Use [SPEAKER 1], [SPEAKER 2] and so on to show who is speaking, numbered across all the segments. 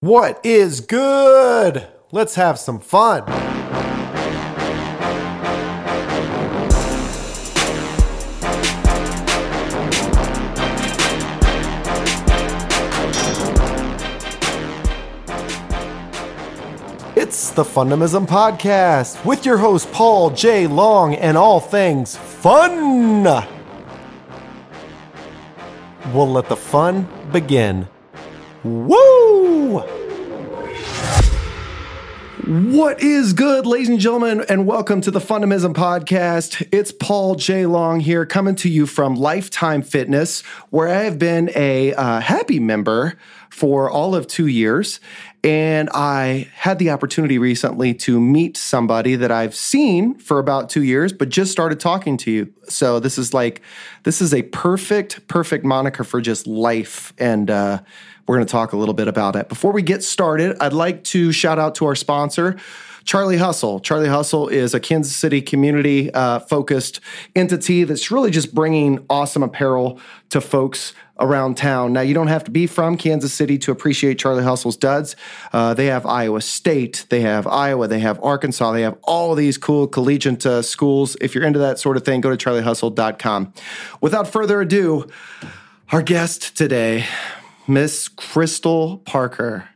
[SPEAKER 1] What is good? Let's have some fun. It's the Fundimism Podcast with your host, Paul J. Long, and all things fun. We'll let the fun begin. Woo! What is good, ladies and gentlemen, and welcome to the Fundimism Podcast. It's Paul J. Long here, coming to you from Lifetime Fitness, where I have been a uh, happy member for all of two years. And I had the opportunity recently to meet somebody that I've seen for about two years, but just started talking to you. So this is like, this is a perfect, perfect moniker for just life. And, uh, we're going to talk a little bit about it. Before we get started, I'd like to shout out to our sponsor, Charlie Hustle. Charlie Hustle is a Kansas City community uh, focused entity that's really just bringing awesome apparel to folks around town. Now, you don't have to be from Kansas City to appreciate Charlie Hustle's duds. Uh, they have Iowa State, they have Iowa, they have Arkansas, they have all these cool collegiate uh, schools. If you're into that sort of thing, go to charliehustle.com. Without further ado, our guest today, Miss Crystal Parker.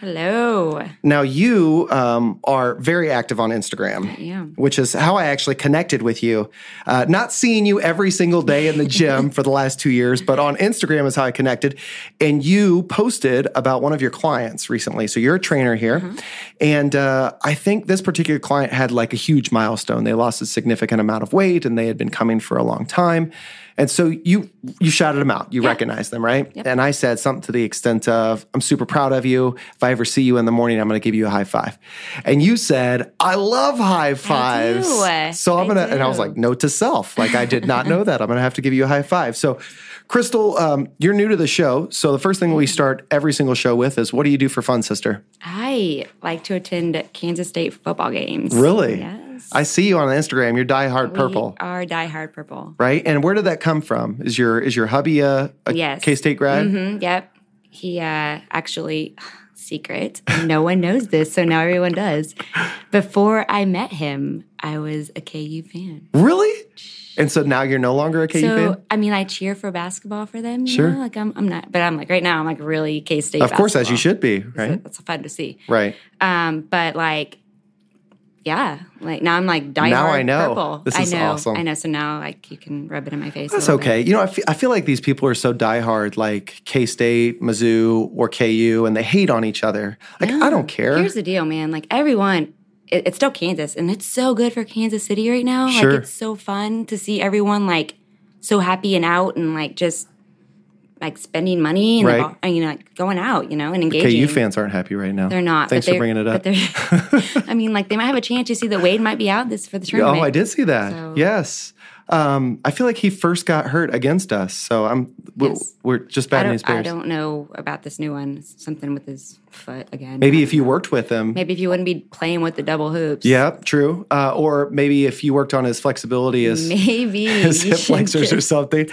[SPEAKER 2] Hello.
[SPEAKER 1] Now, you um, are very active on Instagram,
[SPEAKER 2] am.
[SPEAKER 1] which is how I actually connected with you. Uh, not seeing you every single day in the gym for the last two years, but on Instagram is how I connected. And you posted about one of your clients recently. So you're a trainer here. And uh, I think this particular client had like a huge milestone. They lost a significant amount of weight and they had been coming for a long time. And so you you shouted them out. You recognized them, right? And I said something to the extent of, "I'm super proud of you. If I ever see you in the morning, I'm going to give you a high five. And you said, "I love high fives."
[SPEAKER 2] do.
[SPEAKER 1] So I'm
[SPEAKER 2] I
[SPEAKER 1] gonna, and I was
[SPEAKER 2] do.
[SPEAKER 1] like, "Note to self. Like I did not know that. I'm gonna have to give you a high five. So, Crystal, um, you're new to the show, so the first thing we start every single show with is, "What do you do for fun, sister?"
[SPEAKER 2] I like to attend Kansas State football games.
[SPEAKER 1] Really?
[SPEAKER 2] Yes.
[SPEAKER 1] I see you on Instagram. You're diehard purple.
[SPEAKER 2] We are diehard purple.
[SPEAKER 1] Right, and where did that come from? Is your is your hubby a, a
[SPEAKER 2] Yes.
[SPEAKER 1] K State grad?
[SPEAKER 2] Mm, yep. He uh, actually, secret, no one knows this, so now everyone does. Before I met him, I was a KU fan.
[SPEAKER 1] Really? And so now you're no longer a KU
[SPEAKER 2] so,
[SPEAKER 1] fan?
[SPEAKER 2] I mean, I cheer for basketball for them. you
[SPEAKER 1] Sure.
[SPEAKER 2] know, Like, I'm, I'm not, but I'm like, right now, I'm like really K State.
[SPEAKER 1] Of course, as you should be, right?
[SPEAKER 2] That's fun to see.
[SPEAKER 1] Right.
[SPEAKER 2] Um, but like, yeah, like now I'm like diehard
[SPEAKER 1] Now I know.
[SPEAKER 2] purple.
[SPEAKER 1] This is
[SPEAKER 2] I know,
[SPEAKER 1] awesome.
[SPEAKER 2] I know. So now like you can rub it in my face. a
[SPEAKER 1] That's
[SPEAKER 2] little bit.
[SPEAKER 1] okay. You know, I fe- I feel like these people are so diehard, like K State, Mizzou, or KU, and they hate on each other. Like, I don't care.
[SPEAKER 2] Here's the deal, man. Like everyone, it, it's still Kansas, and it's so good for Kansas City right now.
[SPEAKER 1] Sure.
[SPEAKER 2] Like it's so fun to see everyone like so happy and out and like just like spending money and
[SPEAKER 1] Right.
[SPEAKER 2] like, all- you know like going out, you know, and engaging.
[SPEAKER 1] KU fans aren't happy right now.
[SPEAKER 2] They're not. but
[SPEAKER 1] Thanks
[SPEAKER 2] they're-
[SPEAKER 1] for bringing it
[SPEAKER 2] but
[SPEAKER 1] up.
[SPEAKER 2] they're- I mean, like they might have a chance. You see that Wade might be out this for the tournament.
[SPEAKER 1] Oh, I did see that.
[SPEAKER 2] So-
[SPEAKER 1] Yes. Um, I feel like he first got hurt against us. So I'm, we're,
[SPEAKER 2] Yes.
[SPEAKER 1] we're just
[SPEAKER 2] I
[SPEAKER 1] bad news
[SPEAKER 2] don't, I
[SPEAKER 1] bears.
[SPEAKER 2] don't know about this new one. Something with his foot again.
[SPEAKER 1] Maybe if you worked with him.
[SPEAKER 2] Maybe if you wouldn't be playing with the double hoops.
[SPEAKER 1] Yep, true. Uh, or maybe if you worked on his flexibility as,
[SPEAKER 2] Maybe.
[SPEAKER 1] his
[SPEAKER 2] you
[SPEAKER 1] hip
[SPEAKER 2] should
[SPEAKER 1] flexors or
[SPEAKER 2] just-
[SPEAKER 1] something.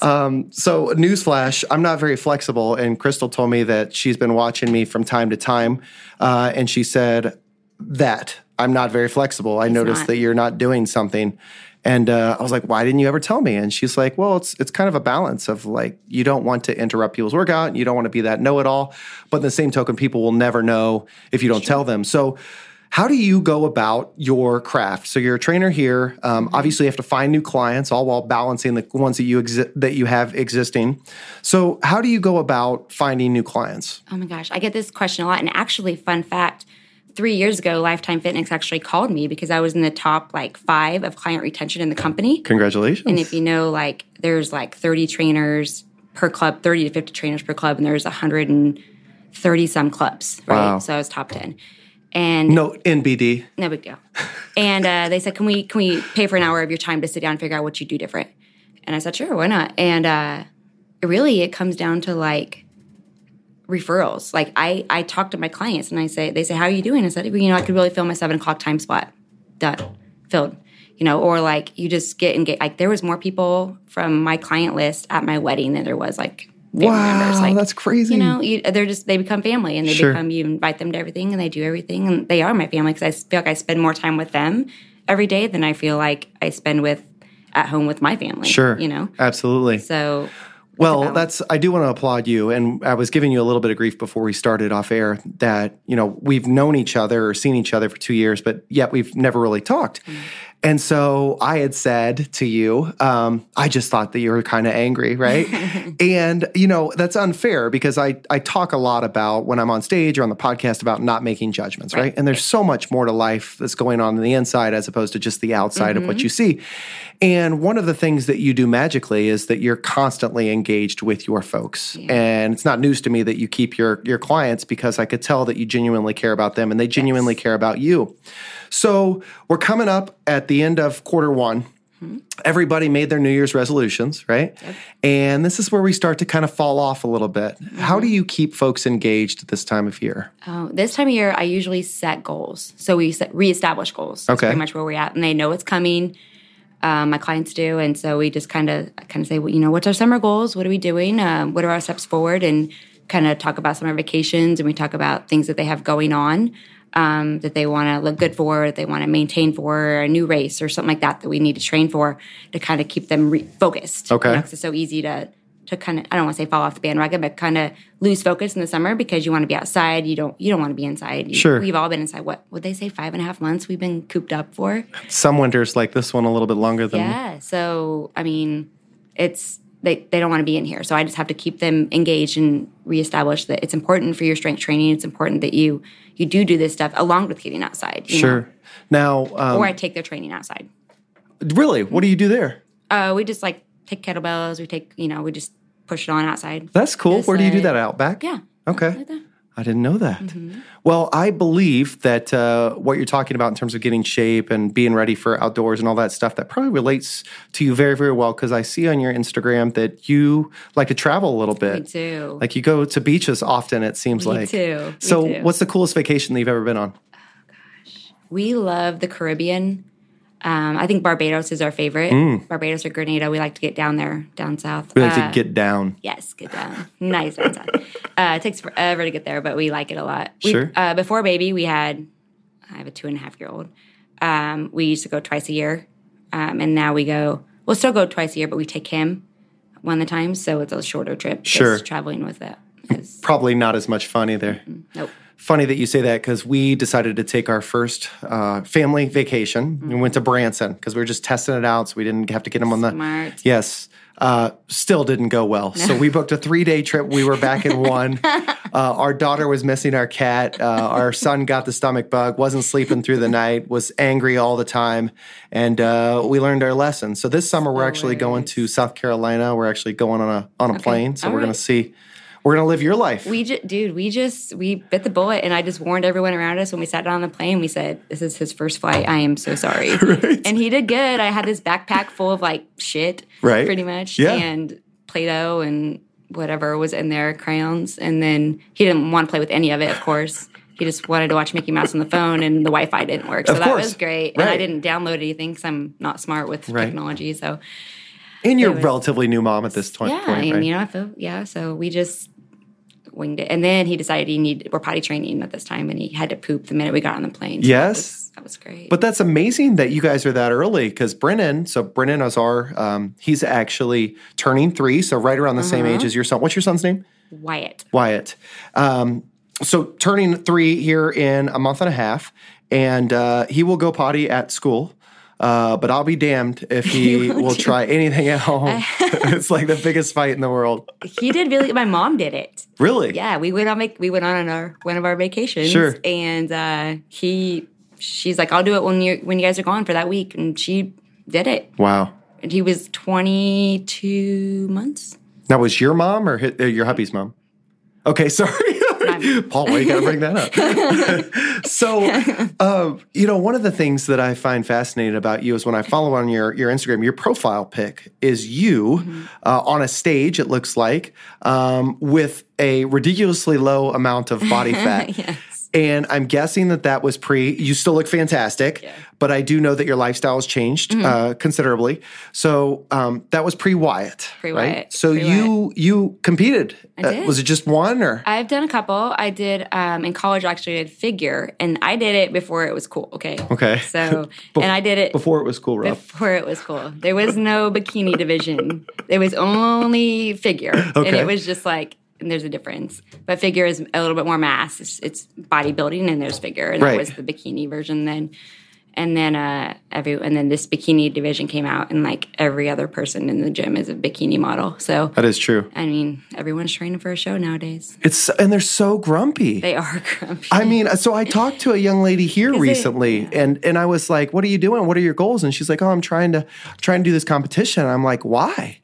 [SPEAKER 1] Um, so, newsflash: I'm not very flexible, and Crystal told me that she's been watching me from time to time, uh, and she said that I'm not very flexible. I noticed
[SPEAKER 2] not.
[SPEAKER 1] that you're not doing something, and uh, I was like, "Why didn't you ever tell me?" And she's like, "Well, it's it's kind of a balance of like you don't want to interrupt people's workout, and you don't want to be that know-it-all, but in the same token, people will never know if you don't tell them." So. How do you go about your craft? So you're a trainer here. Um,
[SPEAKER 2] Mm-hmm.
[SPEAKER 1] Obviously, you have to find new clients, all while balancing the ones that you exi- that you have existing. So how do you go about finding new clients?
[SPEAKER 2] Oh my gosh, I get this question a lot. And actually, fun fact: three years ago, Lifetime Fitness actually called me because I was in the top like five of client retention in the company.
[SPEAKER 1] Congratulations!
[SPEAKER 2] And if you know, like, there's like 30 trainers per club, 30 to 50 trainers per club, and there's 130 some clubs, right?
[SPEAKER 1] Wow.
[SPEAKER 2] So I was top 10. And
[SPEAKER 1] no NBD.
[SPEAKER 2] no big deal. And uh, they said, can we can we pay for an hour of your time to sit down and figure out what you do different? And I said, sure, why not? And uh, really, it comes down to like referrals. Like I I talk to my clients and I say they say, how are you doing? I said, you know, I could really fill my seven o'clock time spot. Done, filled. You know, or like you just get and get. Like there was more people from my client list at my wedding than there was like family
[SPEAKER 1] wow,
[SPEAKER 2] members. Like
[SPEAKER 1] that's crazy.
[SPEAKER 2] you know, you, they're just they become family, and they
[SPEAKER 1] Hmm. Sure.
[SPEAKER 2] become you invite them to everything, and they do everything, and they are my family because I feel like I spend more time with them every day than I feel like I spend with at home with my family.
[SPEAKER 1] sure,
[SPEAKER 2] you know.
[SPEAKER 1] absolutely.
[SPEAKER 2] So
[SPEAKER 1] Well,
[SPEAKER 2] balance.
[SPEAKER 1] that's I do want to applaud you, and I was giving you a little bit of grief before we started off air that you know we've known each other or seen each other for two years, but yet we've never really talked.
[SPEAKER 2] Mm.
[SPEAKER 1] And so I had said to you, um, I just thought that you were kind of angry, right? and you know that's unfair because I I talk a lot about when I'm on stage or on the podcast about not making judgments, right? And there's so much more to life that's going on in the inside as opposed to just the outside of what you see. And one of the things that you do magically is that you're constantly engaged with your folks. And it's not news to me that you keep your your clients because I could tell that you genuinely care about them and they genuinely care about you. So, we're coming up at the end of quarter 1 everybody made their New Year's resolutions, right? And this is where we start to kind of fall off a little bit.
[SPEAKER 2] Mm-hmm.
[SPEAKER 1] How do you keep folks engaged at this time of year?
[SPEAKER 2] Oh, this time of year, I usually set goals. So we set, reestablish goals. That's
[SPEAKER 1] Okay.
[SPEAKER 2] pretty much where we're at, and they know it's coming. Um, my clients do, and so we just kind of kind of say, well, you know, what's our summer goals? What are we doing? Um, what are our steps forward? And kind of talk about summer vacations, and we talk about things that they have going on um, that they want to look good for, that they want to maintain for, or a new race or something like that that we need to train for to kind of keep them re- focused.
[SPEAKER 1] Okay.
[SPEAKER 2] You know, 'cause it's so easy to to kind of I don't want to say fall off the bandwagon, but kind of lose focus in the summer because you want to be outside. You don't you don't want to be inside. You-
[SPEAKER 1] Sure.
[SPEAKER 2] we've all been inside. What would they say? Five and a half months we've been cooped up for.
[SPEAKER 1] Some winters like this one a little bit longer than
[SPEAKER 2] Yeah. So I mean, it's they they don't want to be in here. So I just have to keep them engaged and reestablish that it's important for your strength training. It's important that you you do do this stuff along with getting outside. you know?
[SPEAKER 1] Sure. Now, um,
[SPEAKER 2] Or I take their training outside.
[SPEAKER 1] really, what do you do there?
[SPEAKER 2] Uh, we just like take kettlebells. We take you know we just push it on outside.
[SPEAKER 1] That's cool.
[SPEAKER 2] Just
[SPEAKER 1] Where do you do
[SPEAKER 2] like-
[SPEAKER 1] that? Out back?
[SPEAKER 2] yeah.
[SPEAKER 1] Okay.
[SPEAKER 2] Like that. Mm-hmm.
[SPEAKER 1] I didn't know that. Well, I believe that uh, what you're talking about in terms of getting shape and being ready for outdoors and all that stuff that probably relates to you very, very well because I see on your Instagram that you like to travel a little bit.
[SPEAKER 2] Me too.
[SPEAKER 1] Like you go to beaches often. It seems
[SPEAKER 2] Me
[SPEAKER 1] like.
[SPEAKER 2] too. Me
[SPEAKER 1] So,
[SPEAKER 2] too.
[SPEAKER 1] what's the coolest vacation that you've ever been on?
[SPEAKER 2] We love the Caribbean. Um, I think Barbados is our favorite.
[SPEAKER 1] Mm.
[SPEAKER 2] Barbados or Grenada, we like to get down there, down south.
[SPEAKER 1] We like
[SPEAKER 2] Uh,
[SPEAKER 1] to get down.
[SPEAKER 2] Yes, get down. nice down south. Uh, it takes forever to get there, but we like it a lot. We-
[SPEAKER 1] Sure.
[SPEAKER 2] Uh, before baby, we had, I have a two and a half year old. Um, we used to go twice a year. Um, and now we go, we'll still go twice a year, but we take him one of the times. So it's a shorter trip. 'cause
[SPEAKER 1] Sure.
[SPEAKER 2] Traveling with it. is-
[SPEAKER 1] Probably not as much fun either.
[SPEAKER 2] Nope.
[SPEAKER 1] Funny that you say that because we decided to take our first uh, family vacation and went to
[SPEAKER 2] Mm-hmm.
[SPEAKER 1] Branson because we were just testing it out, so we didn't have to get them on the.
[SPEAKER 2] Smart.
[SPEAKER 1] Yes, uh, still didn't go well. So we booked a three day trip. We were back in one. uh, our daughter was missing our cat. Uh, our son got the stomach bug. Wasn't sleeping through the night. Was angry all the time, and uh, we learned our lesson. So this summer we're actually going to South Carolina. We're actually going on a on a plane. So
[SPEAKER 2] all
[SPEAKER 1] we're
[SPEAKER 2] right.
[SPEAKER 1] gonna see. We're gonna live your life.
[SPEAKER 2] We just, dude, we just we bit the bullet, and I just warned everyone around us when we sat down on the plane. We said, "This is his first flight. I am so sorry." And he did good. I had this backpack full of like shit,
[SPEAKER 1] Right.
[SPEAKER 2] Pretty much,
[SPEAKER 1] Yeah.
[SPEAKER 2] and Play-Doh and whatever was in there, crayons, and then he didn't want to play with any of it. Of course, he just wanted to watch Mickey Mouse on the phone, and the Wi-Fi didn't work, so
[SPEAKER 1] Of
[SPEAKER 2] that
[SPEAKER 1] course.
[SPEAKER 2] was great. And I
[SPEAKER 1] Right.
[SPEAKER 2] didn't download anything because I'm not smart with technology, so.
[SPEAKER 1] and you're a relatively new mom at this to- point.
[SPEAKER 2] Yeah,
[SPEAKER 1] right?
[SPEAKER 2] and you know, I feel yeah. So we just winged it, and then he decided he needed we're potty training at this time, and he had to poop the minute we got on the plane. So
[SPEAKER 1] Yes.
[SPEAKER 2] that was, that was great.
[SPEAKER 1] But that's amazing that you guys are that early because Brennan, so Brennan is our, um, he's actually turning three, so right around the same
[SPEAKER 2] Uh-huh.
[SPEAKER 1] age as your son. What's your son's name?
[SPEAKER 2] Wyatt,
[SPEAKER 1] Wyatt. Um, so turning three here in a month and a half, and uh, he will go potty at school. Uh, but I'll be damned if he will try anything at home. it's like the biggest fight in the world.
[SPEAKER 2] he did really. My mom did it.
[SPEAKER 1] Really?
[SPEAKER 2] Yeah, we went on vac- we went on, on our one of our vacations.
[SPEAKER 1] Sure.
[SPEAKER 2] And uh, he, she's like, I'll do it when you when you guys are gone for that week, and she did it.
[SPEAKER 1] Wow.
[SPEAKER 2] And he was twenty two months.
[SPEAKER 1] Now, was your mom or hi- uh, your hubby's mom? Okay, sorry. Paul, why you gotta bring that up? so, uh, you know, one of the things that I find fascinating about you is when I follow on your your Instagram, your profile pic is you
[SPEAKER 2] Mm-hmm.
[SPEAKER 1] uh, on a stage. It looks like um, with a ridiculously low amount of body fat.
[SPEAKER 2] Yes.
[SPEAKER 1] And I'm guessing that that was pre. You still look fantastic,
[SPEAKER 2] Yeah. Mm-hmm.
[SPEAKER 1] but I do know that your lifestyle has changed uh, considerably. So um, that was pre Wyatt.
[SPEAKER 2] Pre
[SPEAKER 1] Right?
[SPEAKER 2] Wyatt,
[SPEAKER 1] So
[SPEAKER 2] pre
[SPEAKER 1] you you competed.
[SPEAKER 2] I
[SPEAKER 1] Uh,
[SPEAKER 2] did.
[SPEAKER 1] was it just one or?
[SPEAKER 2] I've done a couple. I did um, in college. I actually did figure, and I did it before it was cool. Okay.
[SPEAKER 1] Okay.
[SPEAKER 2] So, and I did it
[SPEAKER 1] Before it was cool, Rob.
[SPEAKER 2] before it was cool. There was no bikini division. There was only figure, and
[SPEAKER 1] Okay.
[SPEAKER 2] it was just like and there's a difference. But figure is a little bit more mass. It's, it's bodybuilding, and there's figure, and
[SPEAKER 1] Right.
[SPEAKER 2] that was the bikini version then. And then uh, every and then this bikini division came out, and like every other person in the gym is a bikini model. So
[SPEAKER 1] that is true.
[SPEAKER 2] I mean, everyone's training for a show nowadays.
[SPEAKER 1] It's and they're so grumpy.
[SPEAKER 2] They are grumpy.
[SPEAKER 1] I mean, so I talked to a young lady here
[SPEAKER 2] they-
[SPEAKER 1] recently, and and I was like, "What are you doing? What are your goals?" And she's like, "Oh, I'm trying to trying to do this competition." And I'm like, "Why?"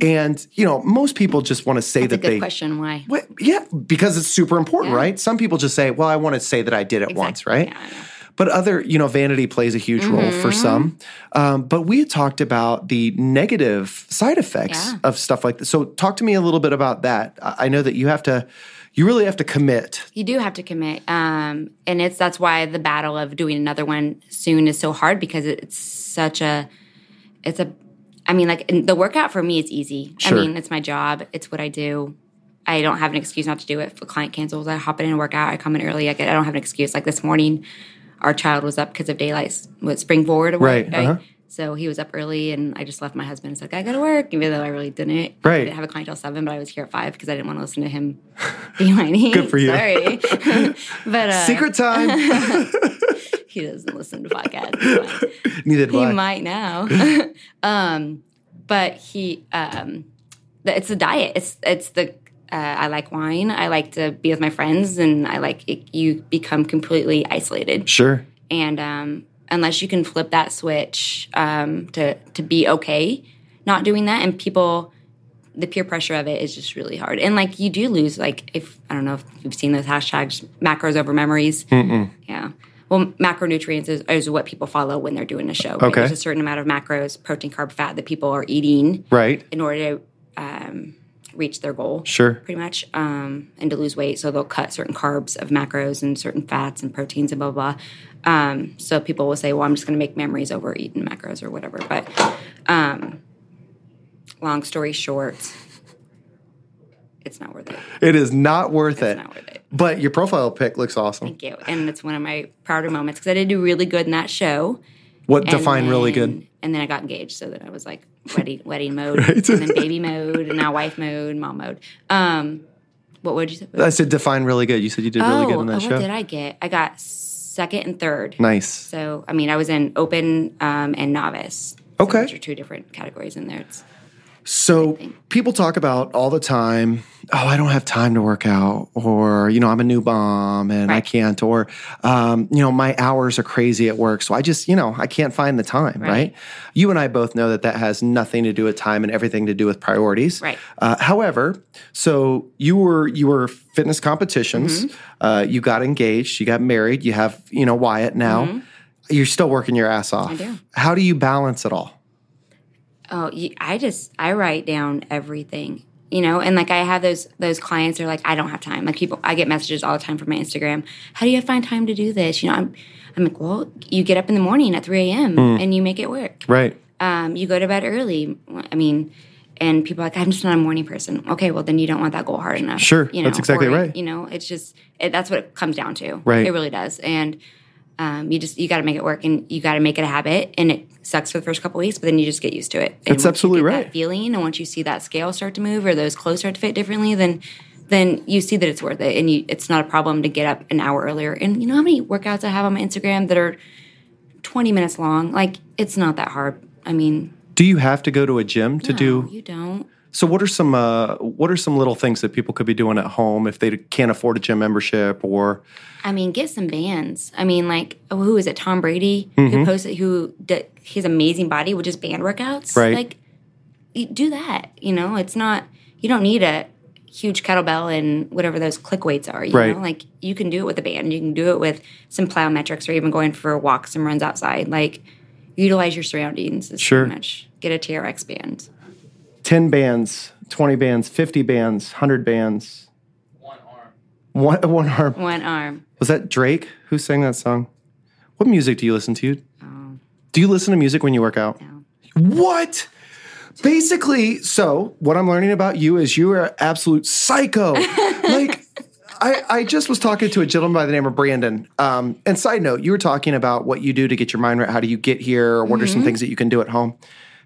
[SPEAKER 1] And you know, most people just want to say
[SPEAKER 2] Mm-hmm. That's a
[SPEAKER 1] that they,
[SPEAKER 2] good question. Why?
[SPEAKER 1] What, yeah, because it's super important, right? Some people just say, "Well, I want to say that I did it once," right?
[SPEAKER 2] Yeah, I know. Mm-hmm.
[SPEAKER 1] But other, you know, vanity plays a huge role for some. Um, but we had talked about the negative side effects
[SPEAKER 2] Yeah.
[SPEAKER 1] of stuff like that. So, talk to me a little bit about that. I I know that you have to, you really have to commit
[SPEAKER 2] You do have to commit, um, and it's that's why the battle of doing another one soon is so hard because it's such a, it's a, I mean, like and the workout for me is easy.
[SPEAKER 1] Sure.
[SPEAKER 2] I mean, it's my job. It's what I do. I don't have an excuse not to do it. If a client cancels, I hop in and work out. I come in early. I, get, I don't have an excuse. Like this morning, our child was up because of daylight s- what spring forward,
[SPEAKER 1] Right, uh-huh.
[SPEAKER 2] So he was up early, and I just left my husband. and said, "I got to work," even though I really didn't.
[SPEAKER 1] Right.
[SPEAKER 2] I didn't have a client till seven, but I was here at five because I didn't want to listen to him be my knee.
[SPEAKER 1] Good for you.
[SPEAKER 2] Sorry, but uh,
[SPEAKER 1] Secret time.
[SPEAKER 2] he doesn't listen to podcasts. It's fine.
[SPEAKER 1] Neither do
[SPEAKER 2] He
[SPEAKER 1] I.
[SPEAKER 2] might now, um, but he. Um, th- it's the diet. It's it's the. Uh, I like wine. I like to be with my friends, and I like it, you become completely isolated.
[SPEAKER 1] Sure.
[SPEAKER 2] and um, unless you can flip that switch um, to to be okay not doing that and people the peer pressure of it is just really hard and like you do lose like if i don't know if you've seen those hashtags macros over memories yeah well macronutrients is, is what people follow when they're doing a show right?
[SPEAKER 1] Okay.
[SPEAKER 2] there's a certain amount of macros protein carb fat that people are eating
[SPEAKER 1] Right.
[SPEAKER 2] in order to um, reach their goal
[SPEAKER 1] Sure.
[SPEAKER 2] pretty much, um, and to lose weight. So they'll cut certain carbs of macros and certain fats and proteins and blah blah. blah. Um, so people will say, "Well, I'm just going to make memories over eating macros or whatever." But um, long story short, it's not worth it.
[SPEAKER 1] It is not worth it.
[SPEAKER 2] It's not worth it.
[SPEAKER 1] But your profile pic looks awesome.
[SPEAKER 2] Thank you. And it's one of my prouder moments because I did do really good in that show.
[SPEAKER 1] What
[SPEAKER 2] And
[SPEAKER 1] define really
[SPEAKER 2] then-
[SPEAKER 1] good?
[SPEAKER 2] And then I got engaged, so then I was like wedding wedding mode, and then baby mode, and now wife mode, mom mode. Um, what would you say?
[SPEAKER 1] I said define really good. You said you did really good in
[SPEAKER 2] oh,
[SPEAKER 1] that
[SPEAKER 2] What
[SPEAKER 1] show.
[SPEAKER 2] did I get? I got second and third.
[SPEAKER 1] Nice.
[SPEAKER 2] So I mean, I was in open um, and novice.
[SPEAKER 1] Okay.
[SPEAKER 2] so which are two different categories in there. It's,
[SPEAKER 1] So people talk about all the time, oh, I don't have time to work out, or, you know, I'm a new mom and I
[SPEAKER 2] Right.
[SPEAKER 1] can't, or, um, you know, my hours are crazy at work. So I just, you know, I can't find the time, right? You and I both know that that has nothing to do with time and everything to do with priorities.
[SPEAKER 2] Right.
[SPEAKER 1] Uh, however, so you were, you were fitness competitions,
[SPEAKER 2] Mm-hmm.
[SPEAKER 1] uh, you got engaged, you got married, you have, you know, Wyatt now. You're still working your ass off. I
[SPEAKER 2] Mm-hmm. do.
[SPEAKER 1] How do you balance it all?
[SPEAKER 2] oh, you, I just I write down everything, you know, and like I have those those clients that are like, I don't have time. Like people, I get messages all the time from my Instagram. How do you find time to do this? You know, I'm I'm like, well, you get up in the morning at 3 a.m.
[SPEAKER 1] Hmm.
[SPEAKER 2] and you make it work.
[SPEAKER 1] Right.
[SPEAKER 2] um, you go to bed early. I mean, and people are like, I'm just not a morning person. Okay, well then you don't want that goal hard enough.
[SPEAKER 1] Sure,
[SPEAKER 2] you
[SPEAKER 1] that's exactly right.
[SPEAKER 2] You know, it's just it, that's what it comes down to.
[SPEAKER 1] Right.
[SPEAKER 2] it really does. And um, you just you got to make it work, and you got to make it a habit. And it sucks for the first couple weeks, but then you just get used to it. And
[SPEAKER 1] That's
[SPEAKER 2] once you
[SPEAKER 1] absolutely
[SPEAKER 2] get
[SPEAKER 1] right.
[SPEAKER 2] That feeling, and once you see that scale start to move, or those clothes start to fit differently, then then you see that it's worth it, and you, it's not a problem to get up an hour earlier. And you know how many workouts I have on my Instagram that are 20 minutes long? Like it's not that hard. I mean,
[SPEAKER 1] Do you have to go to a gym to
[SPEAKER 2] no,
[SPEAKER 1] do?
[SPEAKER 2] you don't
[SPEAKER 1] So what are some uh, what are some little things that people could be doing at home if they can't afford a gym membership or
[SPEAKER 2] i mean get some bands i mean like oh, who is it tom brady
[SPEAKER 1] Mm-hmm.
[SPEAKER 2] who posted who did his amazing body with just band workouts
[SPEAKER 1] Right.
[SPEAKER 2] like you do that you know it's not you don't need a huge kettlebell and whatever those click weights are you
[SPEAKER 1] Right.
[SPEAKER 2] know like you can do it with a band you can do it with some plyometrics or even going for walks and runs outside like utilize your surroundings is
[SPEAKER 1] Sure.
[SPEAKER 2] pretty much get a trx band
[SPEAKER 1] ten bands, twenty bands, fifty bands, hundred bands,
[SPEAKER 3] One arm.
[SPEAKER 1] One, one arm.
[SPEAKER 2] One arm.
[SPEAKER 1] Was that Drake who sang that song? What music do you listen to? Do you listen to music when you work out?
[SPEAKER 2] No.
[SPEAKER 1] What? Basically, so what I'm learning about you is you are an absolute psycho. like, I, I just was talking to a gentleman by the name of Brandon. Um, and side note, you were talking about what you do to get your mind right. How do you get here? Or what are some things that you can do at home?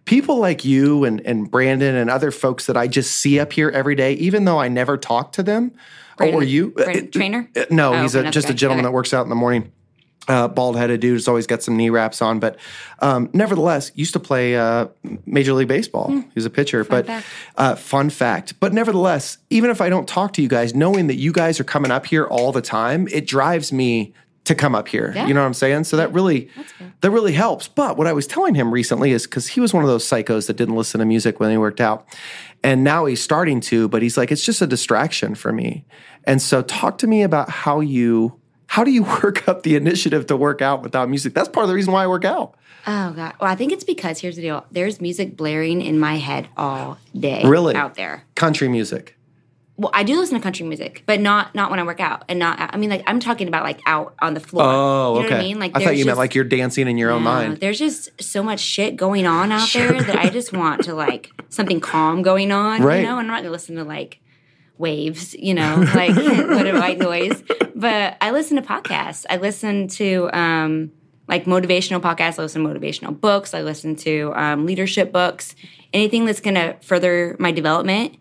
[SPEAKER 1] People like you and, and Brandon and other folks that I just see up here every day, even though I never talk to them.
[SPEAKER 2] Brandon-
[SPEAKER 1] or you?
[SPEAKER 2] Brandon- trainer?
[SPEAKER 1] Uh, No,
[SPEAKER 2] Oh,
[SPEAKER 1] he's a,
[SPEAKER 2] another
[SPEAKER 1] just a
[SPEAKER 2] guy.
[SPEAKER 1] gentleman
[SPEAKER 2] Okay.
[SPEAKER 1] that works out in the morning. Uh, Bald headed dude has always got some knee wraps on, but um, nevertheless, used to play uh, Major League Baseball. He was a pitcher, but
[SPEAKER 2] Hmm. fact.
[SPEAKER 1] Uh, fun fact. But nevertheless, even if I don't talk to you guys, knowing that you guys are coming up here all the time, it drives me to come up here.
[SPEAKER 2] Yeah.
[SPEAKER 1] You know what I'm saying? So that really
[SPEAKER 2] good.
[SPEAKER 1] that really helps. But what I was telling him recently is because he was one of those psychos that didn't listen to music when he worked out. And now he's starting to, but he's like, it's just a distraction for me. And so talk to me about how you how do you work up the initiative to work out without music? That's part of the reason why I work out.
[SPEAKER 2] Oh god. Well, I think it's because here's the deal. There's music blaring in my head all day.
[SPEAKER 1] Really?
[SPEAKER 2] Out there.
[SPEAKER 1] Country music.
[SPEAKER 2] Well, I do listen to country music, but not not when I work out, and not. I mean, like I'm talking about like out on the floor.
[SPEAKER 1] Oh,
[SPEAKER 2] you know
[SPEAKER 1] okay.
[SPEAKER 2] What I mean, like
[SPEAKER 1] I thought
[SPEAKER 2] there's
[SPEAKER 1] you meant
[SPEAKER 2] just-
[SPEAKER 1] like you're dancing in your own
[SPEAKER 2] No,
[SPEAKER 1] mind.
[SPEAKER 2] There's just so much shit going on out there that I just want to like something calm going on,
[SPEAKER 1] Right.
[SPEAKER 2] you know. And I'm not gonna listen to like waves, you know, like what a white noise. But I listen to podcasts. I listen to um like motivational podcasts. I listen to motivational books. I listen to um, leadership books. Anything that's gonna further my development.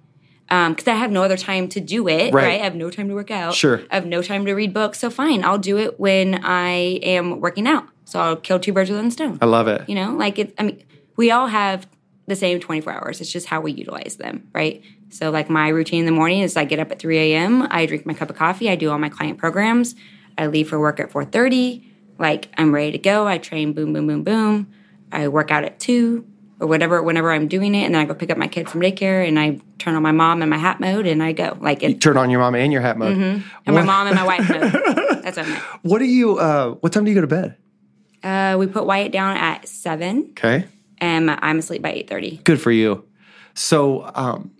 [SPEAKER 2] Because I have no other time to do it,
[SPEAKER 1] Right.
[SPEAKER 2] right. I have no time to work out.
[SPEAKER 1] Sure.
[SPEAKER 2] I have no time to read books. So fine, I'll do it when I am working out. So I'll kill two birds with one stone.
[SPEAKER 1] I love it.
[SPEAKER 2] You know, like it, I mean, we all have the same 24 hours. It's just how we utilize them, right? So, like, my routine in the morning is I get up at 3 a.m., I drink my cup of coffee, I do all my client programs, I leave for work at 4.30, like, I'm ready to go, I train, boom, boom, boom, boom, I work out at 2 or whatever, whenever I'm doing it, and then I go pick up my kid from daycare, and I turn on my mom and my hat mode, and I go. Like, it,
[SPEAKER 1] Turn on your mom and your hat mode.
[SPEAKER 2] and my mom and my wife mode. That's what I meant.
[SPEAKER 1] What do you? Uh, what time do you go to bed?
[SPEAKER 2] Uh, we put Wyatt down at 7,
[SPEAKER 1] Okay,
[SPEAKER 2] and I'm asleep by 8.30.
[SPEAKER 1] good for you. So um,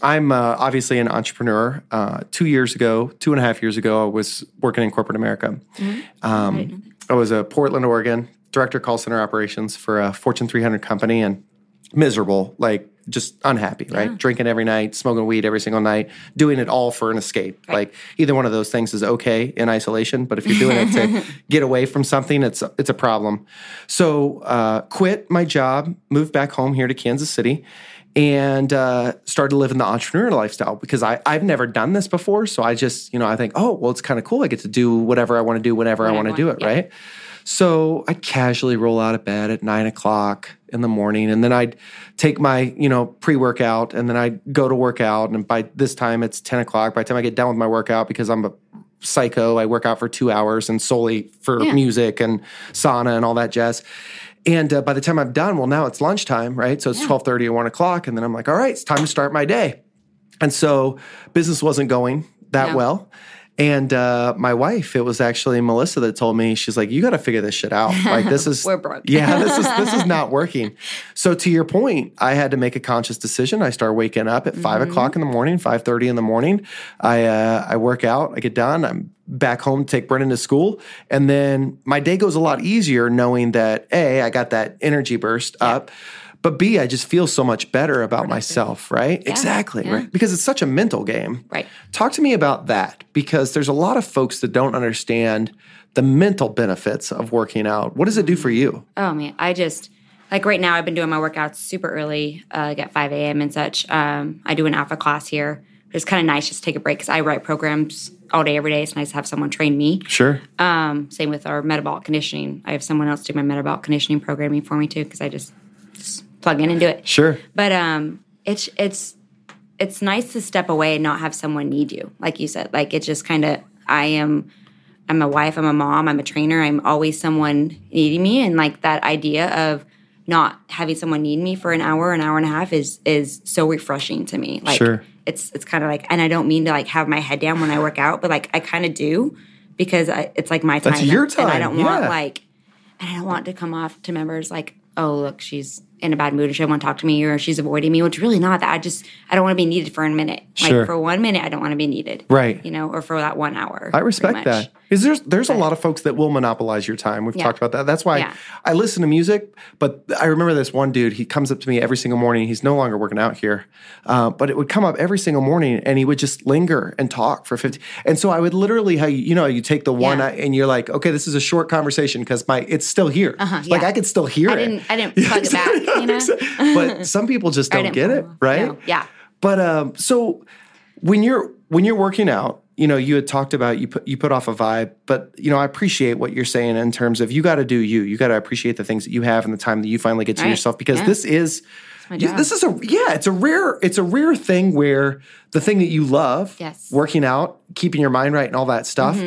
[SPEAKER 1] I'm uh, obviously an entrepreneur. Uh, two years ago, two and a half years ago, I was working in corporate America. Um, I was a Portland, Oregon director of call center operations for a Fortune 300 company, and miserable, like just unhappy, right? Drinking every night, smoking weed every single night, doing it all for an escape. Like either one of those things is okay in isolation, but if you're doing it to get away from something, it's it's a problem. So uh, quit my job, moved back home here to Kansas City. And uh, started living the entrepreneur lifestyle because I, I've never done this before. So I just, you know, I think, oh, well, it's kind of cool. I get to do whatever I want to do whenever I
[SPEAKER 2] Whatever
[SPEAKER 1] want to
[SPEAKER 2] I
[SPEAKER 1] do it,
[SPEAKER 2] want, yeah.
[SPEAKER 1] right? So I'd casually roll out of bed at nine o'clock in the morning, and then I'd take my you know pre workout, and then I'd go to workout. And by this time, it's ten o'clock. By the time I get done with my workout, because I'm a psycho, I work out for two hours and solely for
[SPEAKER 2] Yeah.
[SPEAKER 1] music and sauna and all that jazz. And uh, by the time I'm done, well, now it's lunchtime, right? So it's twelve thirty or one o'clock, and then I'm like, all right, it's time to start my day. And so business wasn't going that
[SPEAKER 2] No.
[SPEAKER 1] well. And uh, my wife, it was actually Melissa that told me, she's like, you got to figure this shit out. Like this is
[SPEAKER 2] We're broke.
[SPEAKER 1] yeah, this is this is not working. So to your point, I had to make a conscious decision. I start waking up at
[SPEAKER 2] Mm-hmm.
[SPEAKER 1] 5 o'clock in the morning, five thirty in the morning. I uh, I work out, I get done, I'm back home to take Brennan to school, and then my day goes a lot easier knowing that a I got that energy burst up. But B, I just feel so much better about myself, right? exactly,
[SPEAKER 2] yeah.
[SPEAKER 1] right? Because it's such a mental game.
[SPEAKER 2] Right.
[SPEAKER 1] Talk to me about that because there's a lot of folks that don't understand the mental benefits of working out. What does it do for you?
[SPEAKER 2] Oh man, I just like right now. I've been doing my workouts super early, uh, like at five a.m. and such. Um, I do an alpha class here. It's kind of nice just to take a break because I write programs all day, every day. It's nice to have someone train me.
[SPEAKER 1] Sure.
[SPEAKER 2] Um, same with our metabolic conditioning. I have someone else do my metabolic conditioning programming for me too because I just, just plug in and do it.
[SPEAKER 1] Sure.
[SPEAKER 2] But um, it's it's it's nice to step away and not have someone need you, like you said. Like it's just kind of I am. I'm a wife. I'm a mom. I'm a trainer. I'm always someone needing me, and like that idea of not having someone need me for an hour, an hour and a half is is so refreshing to me. Like
[SPEAKER 1] Sure.
[SPEAKER 2] it's it's kind of like, and I don't mean to like have my head down when I work out, but like I kind of do because I, it's like my time.
[SPEAKER 1] your
[SPEAKER 2] and I
[SPEAKER 1] time,
[SPEAKER 2] don't want
[SPEAKER 1] yeah.
[SPEAKER 2] like, and I don't want to come off to members like, oh look, she's in a bad mood and she doesn't want to talk to me or she's avoiding me, which really not that. I just I don't want to be needed for a minute.
[SPEAKER 1] Sure.
[SPEAKER 2] Like for one minute, I don't want to be needed.
[SPEAKER 1] Right.
[SPEAKER 2] You know, or for that one hour.
[SPEAKER 1] I
[SPEAKER 2] pretty
[SPEAKER 1] respect
[SPEAKER 2] much.
[SPEAKER 1] that. Is there's there's a lot of folks that will monopolize your time. We've
[SPEAKER 2] Yeah.
[SPEAKER 1] talked about that. That's why
[SPEAKER 2] Yeah.
[SPEAKER 1] I listen to music. But I remember this one dude. He comes up to me every single morning. He's no longer working out here, uh, but it would come up every single morning, and he would just linger and talk for fifty. And so I would literally, how you, you know, you take the one
[SPEAKER 2] Yeah.
[SPEAKER 1] and you're like, okay, this is a short conversation because my it's still here.
[SPEAKER 2] Uh-huh,
[SPEAKER 1] Like
[SPEAKER 2] yeah.
[SPEAKER 1] I could still hear
[SPEAKER 2] I
[SPEAKER 1] it.
[SPEAKER 2] didn't I didn't plug it back, you know?
[SPEAKER 1] but some people just
[SPEAKER 2] I
[SPEAKER 1] don't
[SPEAKER 2] didn't
[SPEAKER 1] get
[SPEAKER 2] plug
[SPEAKER 1] it,
[SPEAKER 2] them.
[SPEAKER 1] right?
[SPEAKER 2] No. Yeah.
[SPEAKER 1] But um, so when you're when you're working out, you know, you had talked about you put you put off a vibe, but you know, I appreciate what you're saying in terms of you got to do you. You got to appreciate the things that you have and the time that you finally get to
[SPEAKER 2] Right.
[SPEAKER 1] yourself because
[SPEAKER 2] Yeah.
[SPEAKER 1] this is
[SPEAKER 2] my
[SPEAKER 1] you-
[SPEAKER 2] job.
[SPEAKER 1] this is a yeah, it's a rare it's a rare thing where the thing that you love,
[SPEAKER 2] Yes. Mm-hmm.
[SPEAKER 1] working out, keeping your mind right, and all that stuff,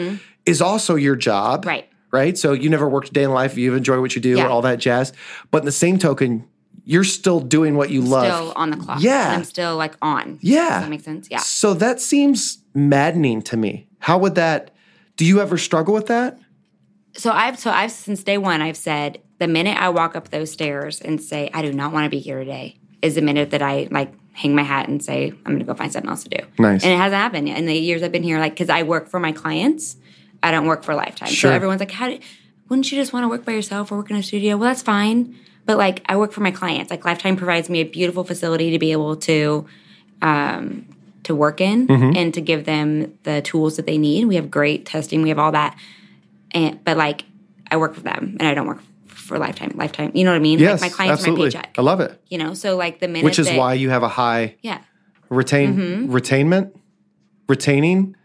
[SPEAKER 1] is also your job,
[SPEAKER 2] Right.
[SPEAKER 1] Right. So you never worked a day in life. You enjoy what you do,
[SPEAKER 2] Yeah.
[SPEAKER 1] all that jazz. But in the same token, you're still doing what you love.
[SPEAKER 2] Still on the clock.
[SPEAKER 1] Yeah.
[SPEAKER 2] And I'm still like on.
[SPEAKER 1] Yeah.
[SPEAKER 2] Does that make sense? Yeah.
[SPEAKER 1] So that seems maddening to me. How would that? Do you ever struggle with that?
[SPEAKER 2] So I've so I've since day one I've said the minute I walk up those stairs and say I do not want to be here today is the minute that I like hang my hat and say I'm going to go find something else to do.
[SPEAKER 1] Nice.
[SPEAKER 2] And it hasn't happened yet in the years I've been here. Like because I work for my clients, I don't work for Lifetime.
[SPEAKER 1] Sure.
[SPEAKER 2] So everyone's like, how do, wouldn't you just want to work by yourself or work in a studio? Well, that's fine. But like I work for my clients. Like Lifetime provides me a beautiful facility to be able to to work in
[SPEAKER 1] Mm-hmm.
[SPEAKER 2] and to give them the tools that they need. We have great testing, we have all that. And but like I work for them and I don't work for lifetime. Lifetime, you know what I mean?
[SPEAKER 1] Yes,
[SPEAKER 2] like my clients are my
[SPEAKER 1] absolutely.
[SPEAKER 2] paycheck.
[SPEAKER 1] I love it.
[SPEAKER 2] You know, so like the minute
[SPEAKER 1] Which is
[SPEAKER 2] that-
[SPEAKER 1] why you have a high
[SPEAKER 2] yeah.
[SPEAKER 1] retain
[SPEAKER 2] Mm-hmm.
[SPEAKER 1] retainment, retaining,